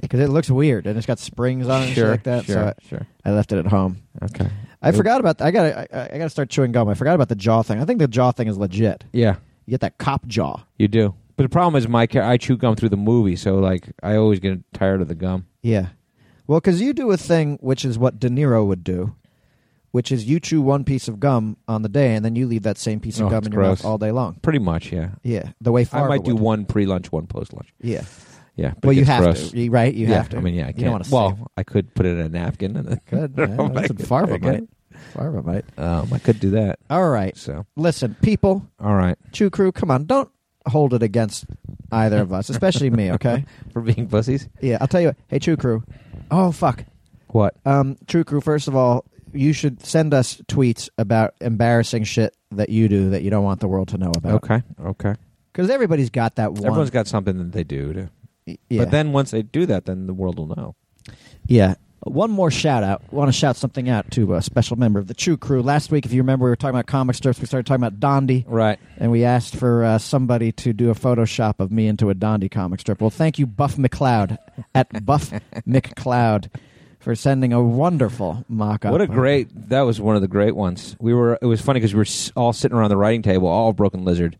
because it looks weird and it's got springs on it and shit sure, like that. sure, So sure. I, I left it at home. Okay. I Oop. forgot about. I got. to I, I got to start chewing gum. I forgot about the jaw thing. I think the jaw thing is legit. Yeah, You get that cop jaw. you do. But the problem is my car- I chew gum through the movie, so like I always get tired of the gum. Yeah. Well, because you do a thing which is what De Niro would do, which is you chew one piece of gum on the day and then you leave that same piece of Oh, gum it's in your mouth gross. all day long. Pretty much, yeah. Yeah, the way Fargo I might do would. one pre-lunch, one post-lunch. Yeah. Yeah, but well, it you gets have gross. to, You- right? You yeah, have to. I mean, yeah, I can't. You don't want to. well, I could put it in a napkin and then good. Man. Oh my Listen, God. Fargo Okay. might. Fargo might. Um, I could do that. All right. So, Listen, people, all right, Chew Crew, come on, don't hold it against either of us, especially me. Okay. for being pussies. Yeah, I'll tell you. What. Hey, Chew Crew. Oh fuck. What? Um, True Crew, first of all, you should send us tweets about embarrassing shit that you do that you don't want the world to know about. Okay, okay. Because everybody's got that one. Everyone's got something that they do, to, yeah, but then once they do that, then the world will know. yeah. One more shout out. want to shout something out to a special member of the Chew Crew. Last week, if you remember, we were talking about comic strips. We started talking about Dondi, Right. and we asked for uh, somebody to do a Photoshop of me into a Dondi comic strip. Well, thank you, Buff McCloud at Buff McCloud for sending a wonderful mock up. What a great! That was one of the great ones. We were. It was funny because we were s- all sitting around the writing table, all broken lizard,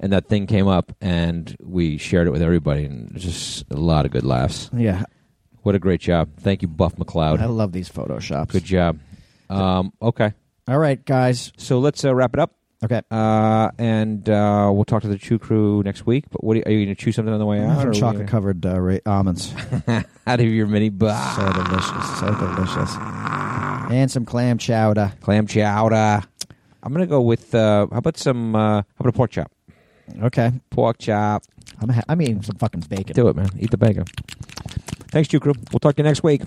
and that thing came up, and we shared it with everybody, and just a lot of good laughs. Yeah, What a great job! Thank you, Buff McLeod. I love these Photoshops. Good job. Um, okay, All right, guys. so let's uh, wrap it up, Okay. uh, and uh, we'll talk to the Chew Crew next week. But what are you, are you going to chew something on the way I out? have or some are we chocolate covered uh, ra- almonds. gonna- out of your mini bah. so Ah. delicious. So delicious. And some clam chowder. clam chowder. I'm going to go with uh, how about some uh, how about a pork chop? Okay. Pork chop. I'm, ha- I'm eating some fucking bacon. Do it, man. Eat the bacon. Thanks, Chew Crew. We'll talk to you next week.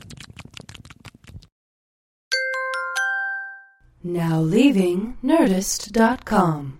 Now leaving Nerdist.com.